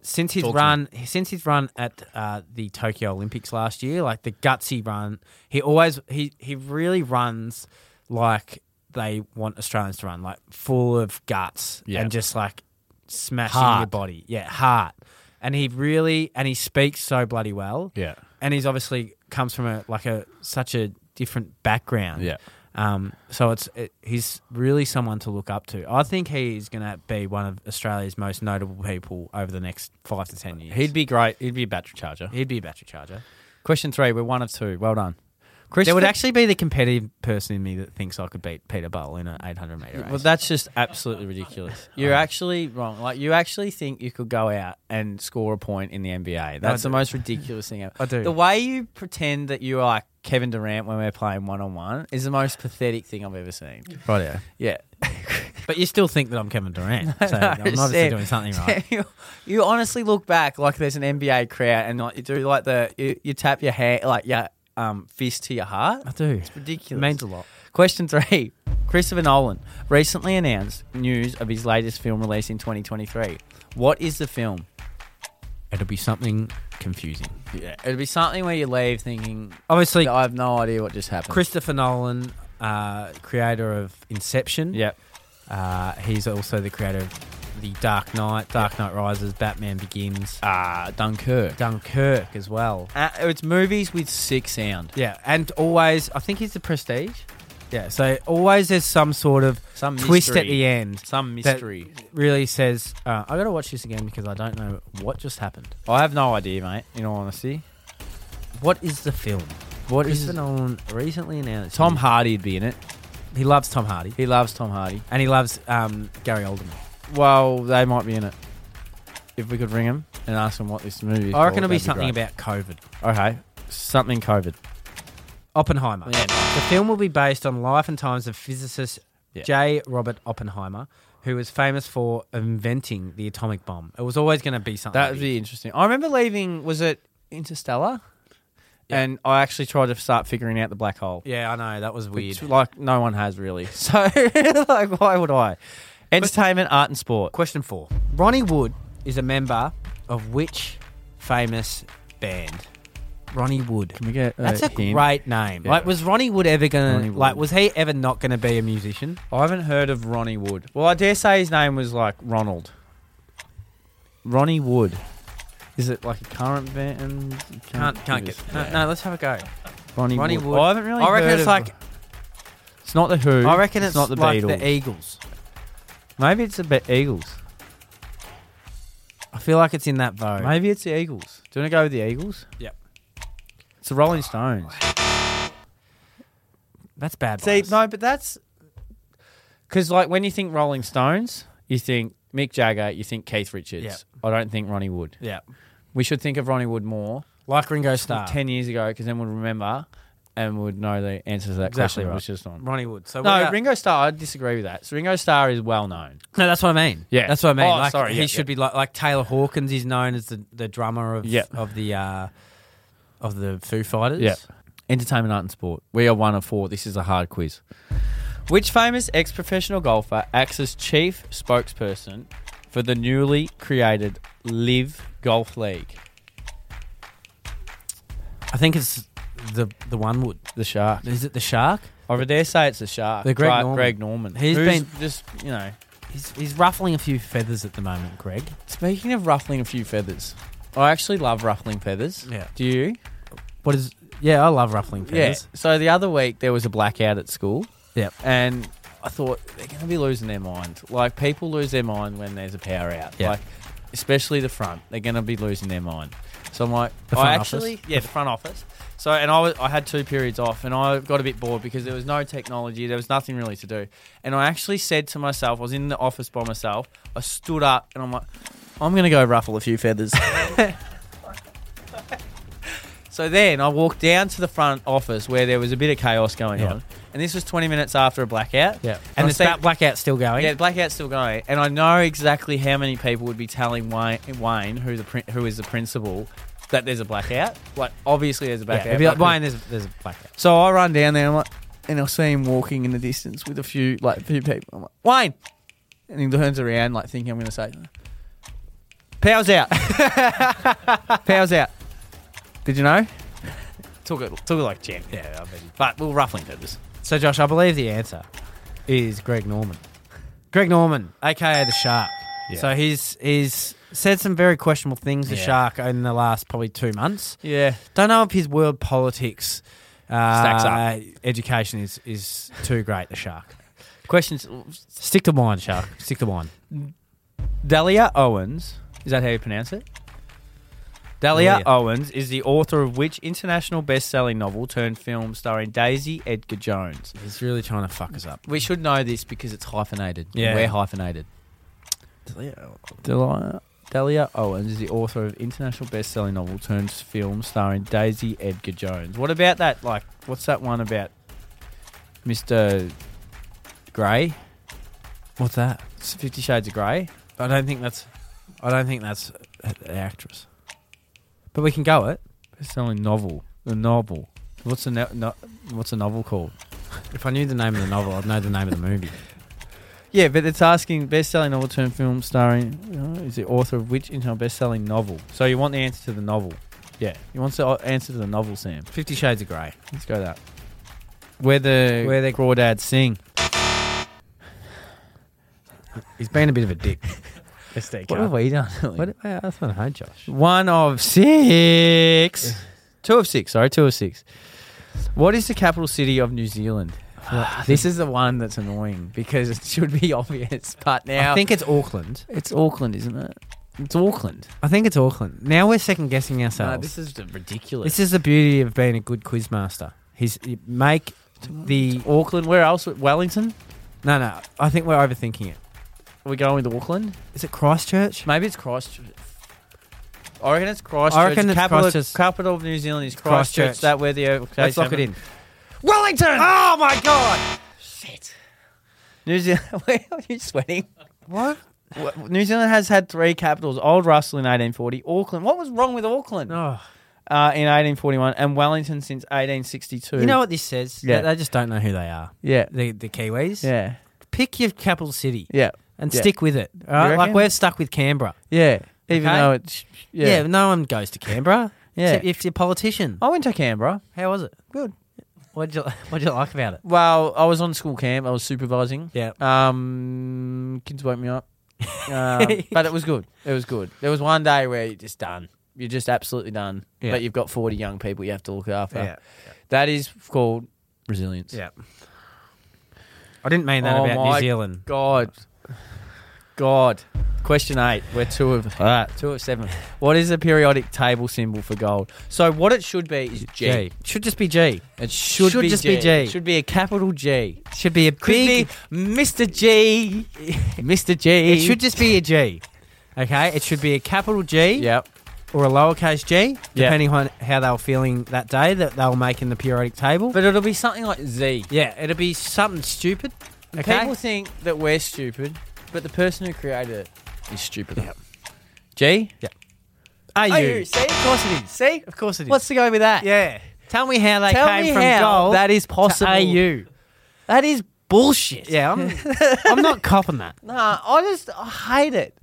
Speaker 4: Since his
Speaker 2: Talk to
Speaker 4: run, since his run at uh, the Tokyo Olympics last year, like the gutsy run, he always he he really runs like they want Australians to run, like full of guts
Speaker 2: Yeah.
Speaker 4: and just like smashing your
Speaker 2: Heart.
Speaker 4: body, yeah, heart. And he really and he speaks so bloody well,
Speaker 2: Yeah.
Speaker 4: and he's obviously comes from a like a such a different background.
Speaker 2: Yeah.
Speaker 4: Um, so it's it, he's really someone to look up to. I think he's going to be one of Australia's most notable people over the next five to ten years.
Speaker 2: He'd be great. He'd be a battery charger.
Speaker 4: he'd be a battery charger.
Speaker 2: Question three. We're one of two. Well done. Chris,
Speaker 4: There would actually be the competitive person in me that thinks I could beat Peter Bull in an 800 meter race.
Speaker 2: Well, that's just
Speaker 4: [LAUGHS]
Speaker 2: absolutely ridiculous. You're actually wrong. Like you actually think you could go out and score a point in the NBA. That's the
Speaker 4: do.
Speaker 2: most
Speaker 4: [LAUGHS]
Speaker 2: ridiculous thing ever. I
Speaker 4: do.
Speaker 2: The way you pretend that you are Kevin Durant when we're playing one on one is the most pathetic thing I've ever seen.
Speaker 4: right,
Speaker 2: Yeah.
Speaker 4: but you still think that I'm Kevin
Speaker 2: [LAUGHS]
Speaker 4: Durant, so [LAUGHS] I'm obviously
Speaker 2: Sam,
Speaker 4: doing something
Speaker 2: Sam, [LAUGHS]
Speaker 4: right.
Speaker 2: You, you honestly look back like there's an NBA crowd and like you do like the you, you tap your hand like your um fist to your heart.
Speaker 4: I do. It
Speaker 2: Ridiculous.
Speaker 4: means a lot.
Speaker 2: Question three. Christopher Nolan recently announced news of his latest film release in 2023. What is the film?
Speaker 4: It'll be something confusing.
Speaker 2: Yeah. It'll be something where you leave thinking,
Speaker 4: Obviously,
Speaker 2: I have no idea what just happened.
Speaker 4: Christopher Nolan, uh, creator of Inception.
Speaker 2: Yep.
Speaker 4: Uh, he's also the creator of The Dark Knight, Dark Knight Rises, Batman Begins,
Speaker 2: Ah, Dunkirk.
Speaker 4: Dunkirk as well.
Speaker 2: Uh, it's movies with sick sound.
Speaker 4: Yeah, and always, I think he's the Prestige. Yeah, so always there's some sort of
Speaker 2: Some
Speaker 4: twist at
Speaker 2: mystery.
Speaker 4: the end.
Speaker 2: Some
Speaker 4: that
Speaker 2: mystery.
Speaker 4: really says, uh, I gotta watch this again because I don't know what just happened.
Speaker 2: I have no idea, mate, in all honesty.
Speaker 4: What is the film?
Speaker 2: What is
Speaker 4: Christopher Nolan recently announced.
Speaker 2: Tom Hardy'd be in it.
Speaker 4: he loves Tom Hardy,
Speaker 2: He loves Tom Hardy.
Speaker 4: and he loves um, Gary Oldman.
Speaker 2: Well, they might be in it. if we could ring him and ask him what this movie is.
Speaker 4: I reckon
Speaker 2: called,
Speaker 4: it'll be
Speaker 2: that'd
Speaker 4: something
Speaker 2: great.
Speaker 4: about COVID.
Speaker 2: Okay. Something COVID.
Speaker 4: Oppenheimer.
Speaker 2: Yeah.
Speaker 4: The film will be based on life and times of physicist
Speaker 2: Yeah.
Speaker 4: J. Robert Oppenheimer, who was famous for inventing the atomic bomb. It was always going to be something.
Speaker 2: That would
Speaker 4: big.
Speaker 2: be interesting. I remember leaving, was it Interstellar? And I actually tried to start figuring out the black hole.
Speaker 4: Yeah, I know. That was weird.
Speaker 2: Which, like, no one has really. [LAUGHS] So, like, why would I? Entertainment, art, and sport.
Speaker 4: Question four. Ronnie Wood is a member of which famous band? Ronnie Wood.
Speaker 2: Can we get a
Speaker 4: That's a
Speaker 2: hint?
Speaker 4: great name.
Speaker 2: Yeah.
Speaker 4: Like, was Ronnie Wood ever gonna?
Speaker 2: Ronnie Wood.
Speaker 4: Like, was he ever not gonna be a musician?
Speaker 2: I haven't heard of Ronnie Wood. Well, I dare say his name was like Ronald. Ronnie Wood. Is it like a current band?
Speaker 4: Can't, can't get. No, no, let's have a go.
Speaker 2: Ronnie,
Speaker 4: Ronnie
Speaker 2: Wood.
Speaker 4: Wood.
Speaker 2: I haven't really.
Speaker 4: I reckon
Speaker 2: heard
Speaker 4: it's
Speaker 2: of-
Speaker 4: like-
Speaker 2: It's not the Who.
Speaker 4: I reckon it's,
Speaker 2: not the
Speaker 4: like
Speaker 2: Beatles.
Speaker 4: the Eagles.
Speaker 2: Maybe it's the Be- Eagles.
Speaker 4: I feel like it's in that vogue.
Speaker 2: Maybe it's the Eagles. Do you want to go with the Eagles?
Speaker 4: Yep.
Speaker 2: It's the Rolling Stones.
Speaker 4: That's bad.
Speaker 2: See,
Speaker 4: vibes.
Speaker 2: no, but that's because like when you think Rolling Stones, you think Mick Jagger, you think Keith Richards. I don't think Ronnie Wood.
Speaker 4: Yeah.
Speaker 2: We should think of Ronnie Wood more.
Speaker 4: Like Ringo Starr.
Speaker 2: ten years ago because then we'd remember and would know the answer to that
Speaker 4: Exactly
Speaker 2: question,
Speaker 4: right.
Speaker 2: which is not.
Speaker 4: Ronnie Wood. So
Speaker 2: No,
Speaker 4: what about-
Speaker 2: Ringo Starr. I disagree with that. So Ringo Starr is well known.
Speaker 4: No, that's what I mean.
Speaker 2: Yeah.
Speaker 4: that's what I mean.
Speaker 2: Oh,
Speaker 4: like,
Speaker 2: sorry,
Speaker 4: he
Speaker 2: yeah,
Speaker 4: should be like like Taylor Hawkins is known as the, the drummer of
Speaker 2: Yeah.
Speaker 4: of the uh, of the Foo Fighters.
Speaker 2: Entertainment, art, and sport. We are one of four. This is a hard quiz. Which famous ex-professional golfer acts as chief spokesperson for the newly created Live Golf League?
Speaker 4: I think it's the the one wood.
Speaker 2: The Shark.
Speaker 4: Is it the shark?
Speaker 2: I would dare say it's the Shark.
Speaker 4: The Greg
Speaker 2: Right,
Speaker 4: Norman.
Speaker 2: Greg Norman.
Speaker 4: He's
Speaker 2: who's
Speaker 4: been-
Speaker 2: just you know.
Speaker 4: He's, he's ruffling a few feathers at the moment, Greg.
Speaker 2: Speaking of ruffling a few feathers, I actually love ruffling feathers.
Speaker 4: Yeah.
Speaker 2: Do you?
Speaker 4: What is? Yeah, I love ruffling feathers.
Speaker 2: Yeah. So the other week there was a blackout at school,
Speaker 4: Yep.
Speaker 2: and I thought they're going to be losing their mind. Like people lose their mind when there's a power out.
Speaker 4: Yeah.
Speaker 2: Like especially the front, they're going to be losing their mind. So I'm like,
Speaker 4: The
Speaker 2: I
Speaker 4: front
Speaker 2: actually,
Speaker 4: office?
Speaker 2: yeah, the front office. So and I was, I had two periods off, and I got a bit bored because there was no technology, there was nothing really to do, and I actually said to myself, I was in the office by myself. I stood up and I'm like, I'm going to go ruffle a few
Speaker 4: [LAUGHS]
Speaker 2: feathers. So then I walked down to the front office where there was a bit of chaos going
Speaker 4: Yeah.
Speaker 2: on, and this was 20 minutes after a blackout.
Speaker 4: Yeah.
Speaker 2: and
Speaker 4: And
Speaker 2: the
Speaker 4: the that
Speaker 2: same,
Speaker 4: blackout's still going.
Speaker 2: yeah, the blackout's still going, and I know exactly how many people would be telling Wayne, Wayne who the prin- who is the principal, that there's a blackout. Like obviously there's a
Speaker 4: Yeah,
Speaker 2: blackout.
Speaker 4: it'd be like,
Speaker 2: but-
Speaker 4: Wayne, there's, a- there's a blackout.
Speaker 2: So I run down there, and I'm like, and I see him walking in the distance with a few like a few people. I'm like, Wayne, and he turns around like thinking I'm going to say, "Powers out, [LAUGHS] powers out." Did you know? Took it, took it like champ.
Speaker 4: Yeah, I mean.
Speaker 2: But we'll ruffling feathers.
Speaker 4: So, Josh, I believe the answer is Greg Norman. Greg Norman, aka the Shark.
Speaker 2: Yeah.
Speaker 4: So he's he's said some very questionable things. The
Speaker 2: Yeah.
Speaker 4: Shark in the last probably two months.
Speaker 2: Yeah.
Speaker 4: Don't know if his world politics uh,
Speaker 2: Stacks up.
Speaker 4: Education is is too great. The Shark.
Speaker 2: Questions.
Speaker 4: Stick to wine, Shark. Stick to wine.
Speaker 2: Dahlia Owens. Is that how you pronounce it? Dahlia
Speaker 4: Dahlia.
Speaker 2: Owens is the author of which international best-selling novel turned film starring Daisy Edgar Jones?
Speaker 4: He's really trying to fuck us up.
Speaker 2: We should know this because it's hyphenated.
Speaker 4: Yeah.
Speaker 2: We're hyphenated. Delia, Delia Owens is the author of international best-selling novel turned film starring Daisy Edgar Jones. What about that? Like, what's that one about Mr. Grey?
Speaker 4: What's that?
Speaker 2: Fifty Shades of Grey.
Speaker 4: I don't think that's. I don't think that's the actress. But we can go it
Speaker 2: Best-selling novel. The novel. What's a no- no- what's a novel called?
Speaker 4: if I knew the name of the novel. I'd know the name of the movie.
Speaker 2: Yeah, but it's asking best-selling novel turned film starring uh, is the author of which international best-selling novel. So you want the answer to the novel. Yeah, you want the o- answer to the novel, Sam.
Speaker 4: Fifty Shades of Grey.
Speaker 2: Let's go that. Where the
Speaker 4: Where
Speaker 2: where
Speaker 4: the
Speaker 2: the crawdads sing.
Speaker 4: He's been a bit of a
Speaker 2: [LAUGHS]
Speaker 4: dick. SDK.
Speaker 2: What have we done?
Speaker 4: What, uh, that's not hard, Josh.
Speaker 2: One of [LAUGHS] six. Two of six. Sorry, two of six. What is the capital city of New [SIGHS] Zealand? this is the one that's annoying because it should be [LAUGHS] obvious, but now
Speaker 4: I think it's Auckland.
Speaker 2: it's Auckland, isn't it? It's Auckland.
Speaker 4: I think it's Auckland. Now we're second guessing
Speaker 2: No,
Speaker 4: ourselves.
Speaker 2: this is ridiculous.
Speaker 4: This is the beauty of being a good quizmaster. He's you make the
Speaker 2: Auckland. Where else? Wellington.
Speaker 4: no, no. I think we're overthinking it.
Speaker 2: Are we going with Auckland?
Speaker 4: Is it Christchurch?
Speaker 2: Maybe it's Christchurch. I reckon it's Christchurch.
Speaker 4: I reckon it's
Speaker 2: capital,
Speaker 4: Christchurch.
Speaker 2: capital of New Zealand is Christchurch.
Speaker 4: Christchurch.
Speaker 2: That where the okay,
Speaker 4: Let's lock it
Speaker 2: seven-
Speaker 4: in.
Speaker 2: Wellington. Oh my god. Shit. New Zealand. [LAUGHS] Why are you sweating?
Speaker 4: What?
Speaker 2: Wh- New Zealand has had three capitals: Old Russell in 1840, Auckland. What was wrong with Auckland
Speaker 4: Oh.
Speaker 2: uh, in 1841, and Wellington since 1862?
Speaker 4: You know what this says?
Speaker 2: Yeah.
Speaker 4: Yeah. They just don't know who they are.
Speaker 2: Yeah.
Speaker 4: The, the Kiwis.
Speaker 2: Yeah.
Speaker 4: Pick your capital city
Speaker 2: Yeah.
Speaker 4: and
Speaker 2: Yeah.
Speaker 4: stick with it. All right?
Speaker 2: reckon?
Speaker 4: Like we're stuck with Canberra.
Speaker 2: Yeah. Even
Speaker 4: Okay.
Speaker 2: though it's yeah.
Speaker 4: Yeah. no one goes to Canberra.
Speaker 2: Yeah.
Speaker 4: Except if you're a politician.
Speaker 2: I went to Canberra.
Speaker 4: How was it?
Speaker 2: Good.
Speaker 4: What did you [LAUGHS] What did you like about it?
Speaker 2: Well, I was on school camp. I was supervising.
Speaker 4: Yeah.
Speaker 2: Um, kids woke me up,
Speaker 4: [LAUGHS]
Speaker 2: um, but it was good. It was good. There was one day where you're just done. You're just absolutely done.
Speaker 4: Yeah.
Speaker 2: But you've got 40 young people you have to look after.
Speaker 4: Yeah.
Speaker 2: That is called resilience.
Speaker 4: Yeah. I didn't mean that
Speaker 2: Oh
Speaker 4: about
Speaker 2: my
Speaker 4: New Zealand.
Speaker 2: God. God. Question eight. We're two of all right, two of seven. What is the periodic table symbol for gold? So what it should be is G.
Speaker 4: G. Should just be G.
Speaker 2: It should,
Speaker 4: Should
Speaker 2: be
Speaker 4: just
Speaker 2: G.
Speaker 4: be G.
Speaker 2: It should be a capital G.
Speaker 4: Should be a
Speaker 2: Could
Speaker 4: big.
Speaker 2: be Mr. [LAUGHS] G. Mr. G.
Speaker 4: It should just be a G. Okay, it should be a capital G
Speaker 2: Yep.
Speaker 4: or a lowercase g,
Speaker 2: Yeah.
Speaker 4: depending on how they were feeling that day that they were making the periodic table.
Speaker 2: But it'll be something like Z.
Speaker 4: yeah, it'd be something stupid. Okay,
Speaker 2: People think that we're stupid, but the person who created it is stupid. G?
Speaker 4: are
Speaker 2: Are you? See? Of course it is. See?
Speaker 4: Of course it is.
Speaker 2: What's the go with that?
Speaker 4: yeah? Tell me how they
Speaker 2: Tell
Speaker 4: came
Speaker 2: me
Speaker 4: from
Speaker 2: how
Speaker 4: gold.
Speaker 2: that is possible.
Speaker 4: To AU.
Speaker 2: That is bullshit.
Speaker 4: Yeah,
Speaker 2: [LAUGHS]
Speaker 4: I'm, I'm not copping that.
Speaker 2: Nah, I just I hate it.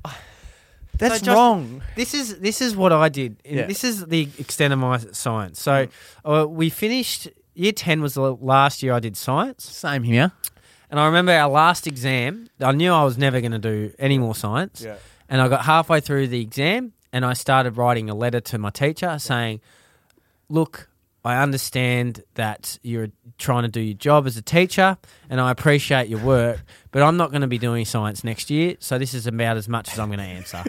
Speaker 2: That's
Speaker 4: So, Justin,
Speaker 2: wrong.
Speaker 4: This is this is what I did. And
Speaker 2: Yeah. Mm.
Speaker 4: This is the extent of my science. So uh, we finished year ten was the last year I did science.
Speaker 2: Same here.
Speaker 4: And I remember our last exam, I knew I was never going to do any more science.
Speaker 2: Yeah.
Speaker 4: And I got halfway through the exam and I started writing a letter to my teacher saying, Look, I understand that you're trying to do your job as a teacher and I appreciate your work, but I'm not going to be doing science next year. So this is about as much as I'm going to answer.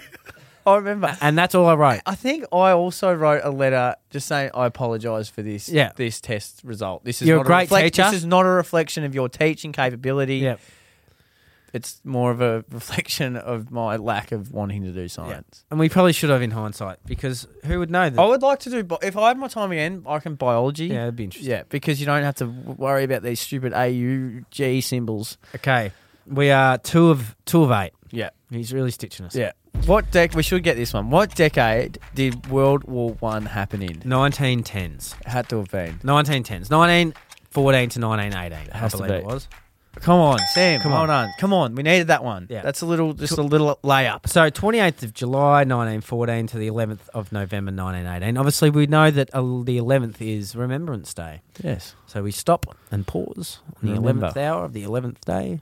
Speaker 2: I remember.
Speaker 4: and that's all I wrote.
Speaker 2: I think I also wrote a letter just saying I apologise for this.
Speaker 4: Yeah.
Speaker 2: this test result. This is
Speaker 4: You're a
Speaker 2: not
Speaker 4: great
Speaker 2: reflec-
Speaker 4: teacher.
Speaker 2: This is not a reflection of your teaching capability.
Speaker 4: Yeah.
Speaker 2: It's more of a [LAUGHS] reflection of my lack of wanting to do science.
Speaker 4: And we probably should have in hindsight because who would know that?
Speaker 2: I would like to do. Bi- if I have my time again, I can biology.
Speaker 4: yeah, it'd be interesting.
Speaker 2: Yeah, because you don't have to w- worry about these stupid AUG symbols.
Speaker 4: Okay. We are two of two of eight.
Speaker 2: Yeah.
Speaker 4: He's really stitching us.
Speaker 2: Yeah. What dec? We should get this one. What decade did World War One happen in?
Speaker 4: 1910s.
Speaker 2: Had to have been.
Speaker 4: 1910s. 1914 to 1918, I
Speaker 2: Has to
Speaker 4: believe
Speaker 2: be.
Speaker 4: it was.
Speaker 2: Come on, Sam. Come
Speaker 4: Come
Speaker 2: on,
Speaker 4: on.
Speaker 2: on. Come on. We needed that one.
Speaker 4: Yeah.
Speaker 2: That's a little, just a little layup.
Speaker 4: So 28th of July 1914 to the 11th of November 1918. Obviously, we know that uh, the 11th is Remembrance Day.
Speaker 2: Yes.
Speaker 4: So we stop and pause on the
Speaker 2: Remember.
Speaker 4: 11th hour of the 11th day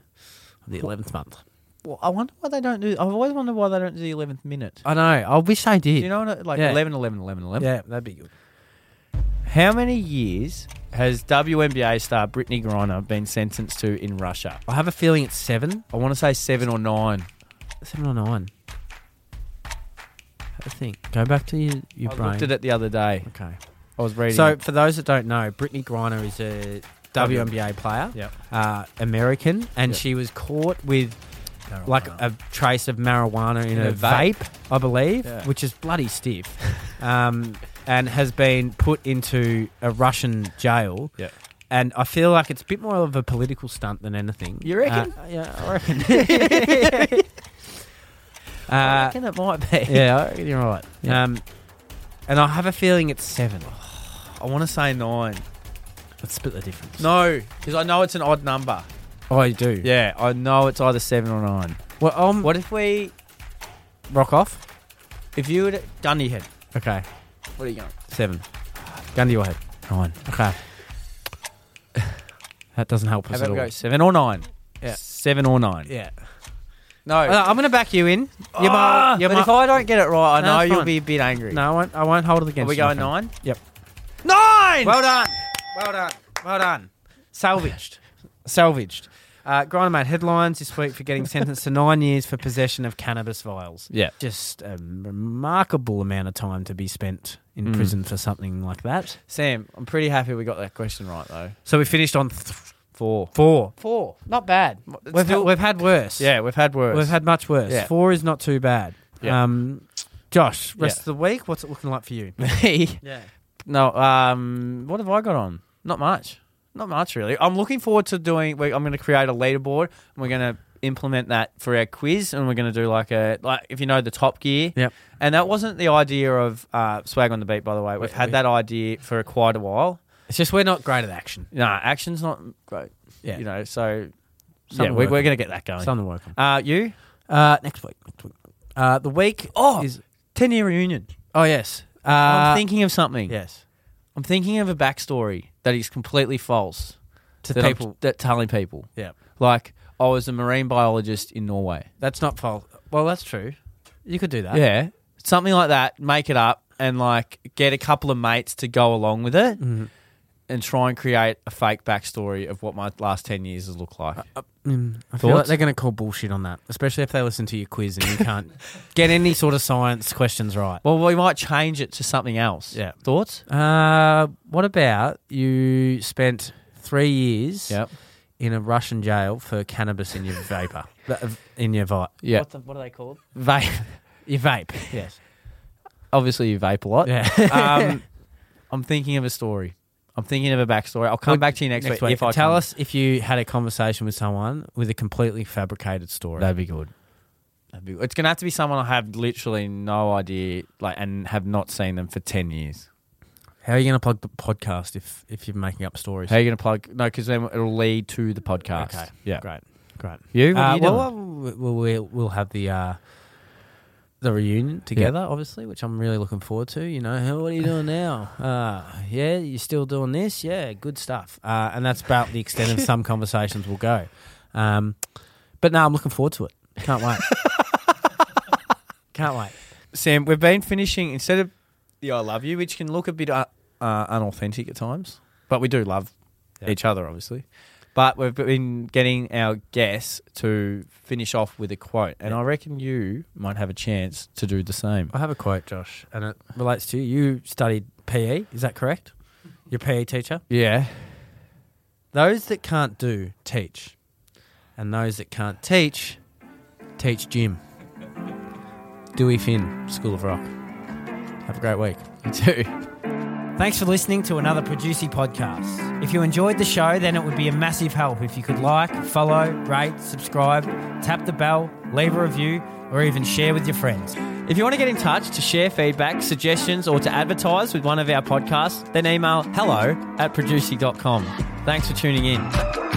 Speaker 4: of the 11th month.
Speaker 2: Well, I wonder why they don't do. I've always wondered why they don't do the eleventh minute.
Speaker 4: I know. I wish they did.
Speaker 2: Do you know what? I- Like
Speaker 4: Yeah.
Speaker 2: 11, 11, 11, 11.
Speaker 4: Yeah, that'd be good.
Speaker 2: How many years has WNBA star Brittany Griner been sentenced to in Russia?
Speaker 4: I have a feeling it's seven,
Speaker 2: I want to say seven or nine.
Speaker 4: seven or nine. Have a think. Go back to your, your
Speaker 2: I
Speaker 4: brain.
Speaker 2: looked at it the other day.
Speaker 4: Okay.
Speaker 2: I was reading.
Speaker 4: So, for those that don't know, Brittany Griner is a WNBA player,
Speaker 2: Yep.
Speaker 4: uh, American, and
Speaker 2: Yep.
Speaker 4: she was caught with like
Speaker 2: uh,
Speaker 4: a trace of marijuana in,
Speaker 2: In
Speaker 4: a,
Speaker 2: a vape.
Speaker 4: vape, I believe,
Speaker 2: Yeah.
Speaker 4: which is bloody stiff, um, and has been put into a Russian jail.
Speaker 2: Yep.
Speaker 4: And I feel like it's a bit more of a political stunt than anything.
Speaker 2: You reckon?
Speaker 4: Uh, yeah, I [LAUGHS]
Speaker 2: [LAUGHS]
Speaker 4: reckon.
Speaker 2: I
Speaker 4: uh,
Speaker 2: reckon it might be.
Speaker 4: yeah, I reckon you're right.
Speaker 2: Yeah. Oh,
Speaker 4: Um, and I have a feeling it's seven.
Speaker 2: I want to say nine.
Speaker 4: Let's split the difference.
Speaker 2: No, because I know it's an odd number.
Speaker 4: Oh, you do.
Speaker 2: Yeah, I know it's either seven or nine.
Speaker 4: Well, um,
Speaker 2: What if we?
Speaker 4: rock off?
Speaker 2: If you had done your head,
Speaker 4: Okay,
Speaker 2: what are you going?
Speaker 4: seven. Gun to your head. Nine. Okay. [SIGHS] That doesn't help us
Speaker 2: Have
Speaker 4: at
Speaker 2: a
Speaker 4: all.
Speaker 2: go. Seven or nine.
Speaker 4: Yeah.
Speaker 2: Seven or nine.
Speaker 4: Yeah.
Speaker 2: No.
Speaker 4: Uh, I'm gonna back you in. You
Speaker 2: Ah,
Speaker 4: might- you
Speaker 2: but
Speaker 4: might-
Speaker 2: if I don't get it right, I
Speaker 4: No,
Speaker 2: know
Speaker 4: it's
Speaker 2: you'll
Speaker 4: fine.
Speaker 2: be a bit angry.
Speaker 4: no, I won't. I won't hold it
Speaker 2: Are
Speaker 4: against.
Speaker 2: we
Speaker 4: you, my
Speaker 2: going
Speaker 4: friend.
Speaker 2: nine?
Speaker 4: Yep.
Speaker 2: Nine.
Speaker 4: Well done. Well done. Well done. Salvaged. [LAUGHS] Salvaged. Uh, Grinder made headlines this week for getting sentenced to nine years for possession of cannabis vials.
Speaker 2: Yeah.
Speaker 4: Just a remarkable amount of time to be spent in
Speaker 2: Mm.
Speaker 4: prison for something like that.
Speaker 2: Sam, I'm pretty happy we got that question right though.
Speaker 4: So we finished on th-
Speaker 2: Four.
Speaker 4: four.
Speaker 2: Four. Not bad.
Speaker 4: We've, we've had worse.
Speaker 2: [LAUGHS] yeah, we've had worse.
Speaker 4: We've had much worse.
Speaker 2: Yeah.
Speaker 4: Four is not too bad.
Speaker 2: Yeah.
Speaker 4: Um, Josh, rest
Speaker 2: Yeah.
Speaker 4: of the week, what's it looking like for
Speaker 2: [LAUGHS]
Speaker 4: you?
Speaker 2: Me?
Speaker 1: Yeah.
Speaker 2: No. Um. What have I got on? Not much. Not much really. I'm looking forward to doing. we I'm going to create a leaderboard. And we're going to implement that for our quiz, and we're going to do like a like if you know the Top Gear.
Speaker 4: Yep.
Speaker 2: And that wasn't the idea of uh, swag on the beat, by the way. We've had that idea for quite a while.
Speaker 4: It's just we're not great at action.
Speaker 2: No, action's not great.
Speaker 4: Yeah.
Speaker 2: You know, so
Speaker 4: Something
Speaker 2: yeah, we, we're
Speaker 4: working.
Speaker 2: going to get that going.
Speaker 4: Something to work on.
Speaker 2: Uh, you
Speaker 4: Uh, next week. Next week. Uh, the week
Speaker 2: Oh!
Speaker 4: is.
Speaker 2: ten year reunion.
Speaker 4: Oh, yes. Uh,
Speaker 2: I'm thinking of something.
Speaker 4: Yes.
Speaker 2: I'm thinking of a backstory that is completely false
Speaker 4: To
Speaker 2: that I'm-
Speaker 4: people.
Speaker 2: that telling people.
Speaker 4: yeah.
Speaker 2: Like I was a marine biologist in Norway.
Speaker 4: That's not false. Well, that's true. You could do that.
Speaker 2: Yeah, something like that. Make it up and like get a couple of mates to go along with it, and try and create a fake backstory of what my last ten years has looked like.
Speaker 4: Mm, I feel like
Speaker 2: Thoughts?
Speaker 4: they're going to call bullshit on that, especially if they listen to your quiz and you can't [LAUGHS] get any sort of science questions right.
Speaker 2: well, we might change it to something else.
Speaker 4: Yeah.
Speaker 2: Thoughts?
Speaker 4: Uh, what about you spent three years
Speaker 2: Yep.
Speaker 4: in a Russian jail for cannabis
Speaker 2: [LAUGHS]
Speaker 4: in your vapor, in your vi-
Speaker 2: Yeah.
Speaker 1: the, what are they called?
Speaker 2: Vape. [LAUGHS]
Speaker 4: your vape. Yes.
Speaker 2: Obviously, you vape a lot. [LAUGHS]
Speaker 4: Yeah.
Speaker 2: um, I'm thinking of a story. I'm thinking of a backstory. I'll come
Speaker 4: Well,
Speaker 2: back to you next, week, if I
Speaker 4: tell
Speaker 2: can.
Speaker 4: us if you had a conversation with someone with a completely fabricated story.
Speaker 2: That'd be good. That'd be good. It's gonna have to be someone I have literally no idea, like, and have not seen them for ten years.
Speaker 4: How are you going to plug the podcast if if you're making up stories?
Speaker 2: How are you gonna plug? No, because then it'll lead to the podcast.
Speaker 4: Okay.
Speaker 2: Yeah.
Speaker 4: Great. Great.
Speaker 2: You? What
Speaker 4: Uh,
Speaker 2: are you
Speaker 4: well, well, we'll, we'll, we'll have the uh, the reunion together, obviously, which I'm really looking forward to. You know, "Hey, what are you doing now? Uh, yeah, you still doing this? Yeah, good stuff. Uh, and that's about the extent of some conversations will go. Um, but no, I'm looking forward to it. Can't wait. Can't wait.
Speaker 2: Sam, we've been finishing instead of the "I love you," which can look a bit uh, uh, unauthentic at times, but we do love
Speaker 4: Yeah.
Speaker 2: each other, obviously. But we've been getting our guests to finish off with a quote, and I reckon you might have a chance to do the same.
Speaker 4: I have a quote, Josh, and it relates to you. You studied PE, is that correct? Your PE teacher?
Speaker 2: Yeah.
Speaker 4: Those that can't do, teach. And those that can't teach, teach Jim. Dewey Finn, School of Rock. Have a great week. [LAUGHS]
Speaker 2: You too.
Speaker 5: Thanks for listening to another Producy podcast. If you enjoyed the show, then it would be a massive help if you could like, follow, rate, subscribe, tap the bell, leave a review, or even share with your friends.
Speaker 2: If you want to get in touch to share feedback, suggestions, or to advertise with one of our podcasts, then email hello at producey.com. Thanks for tuning in.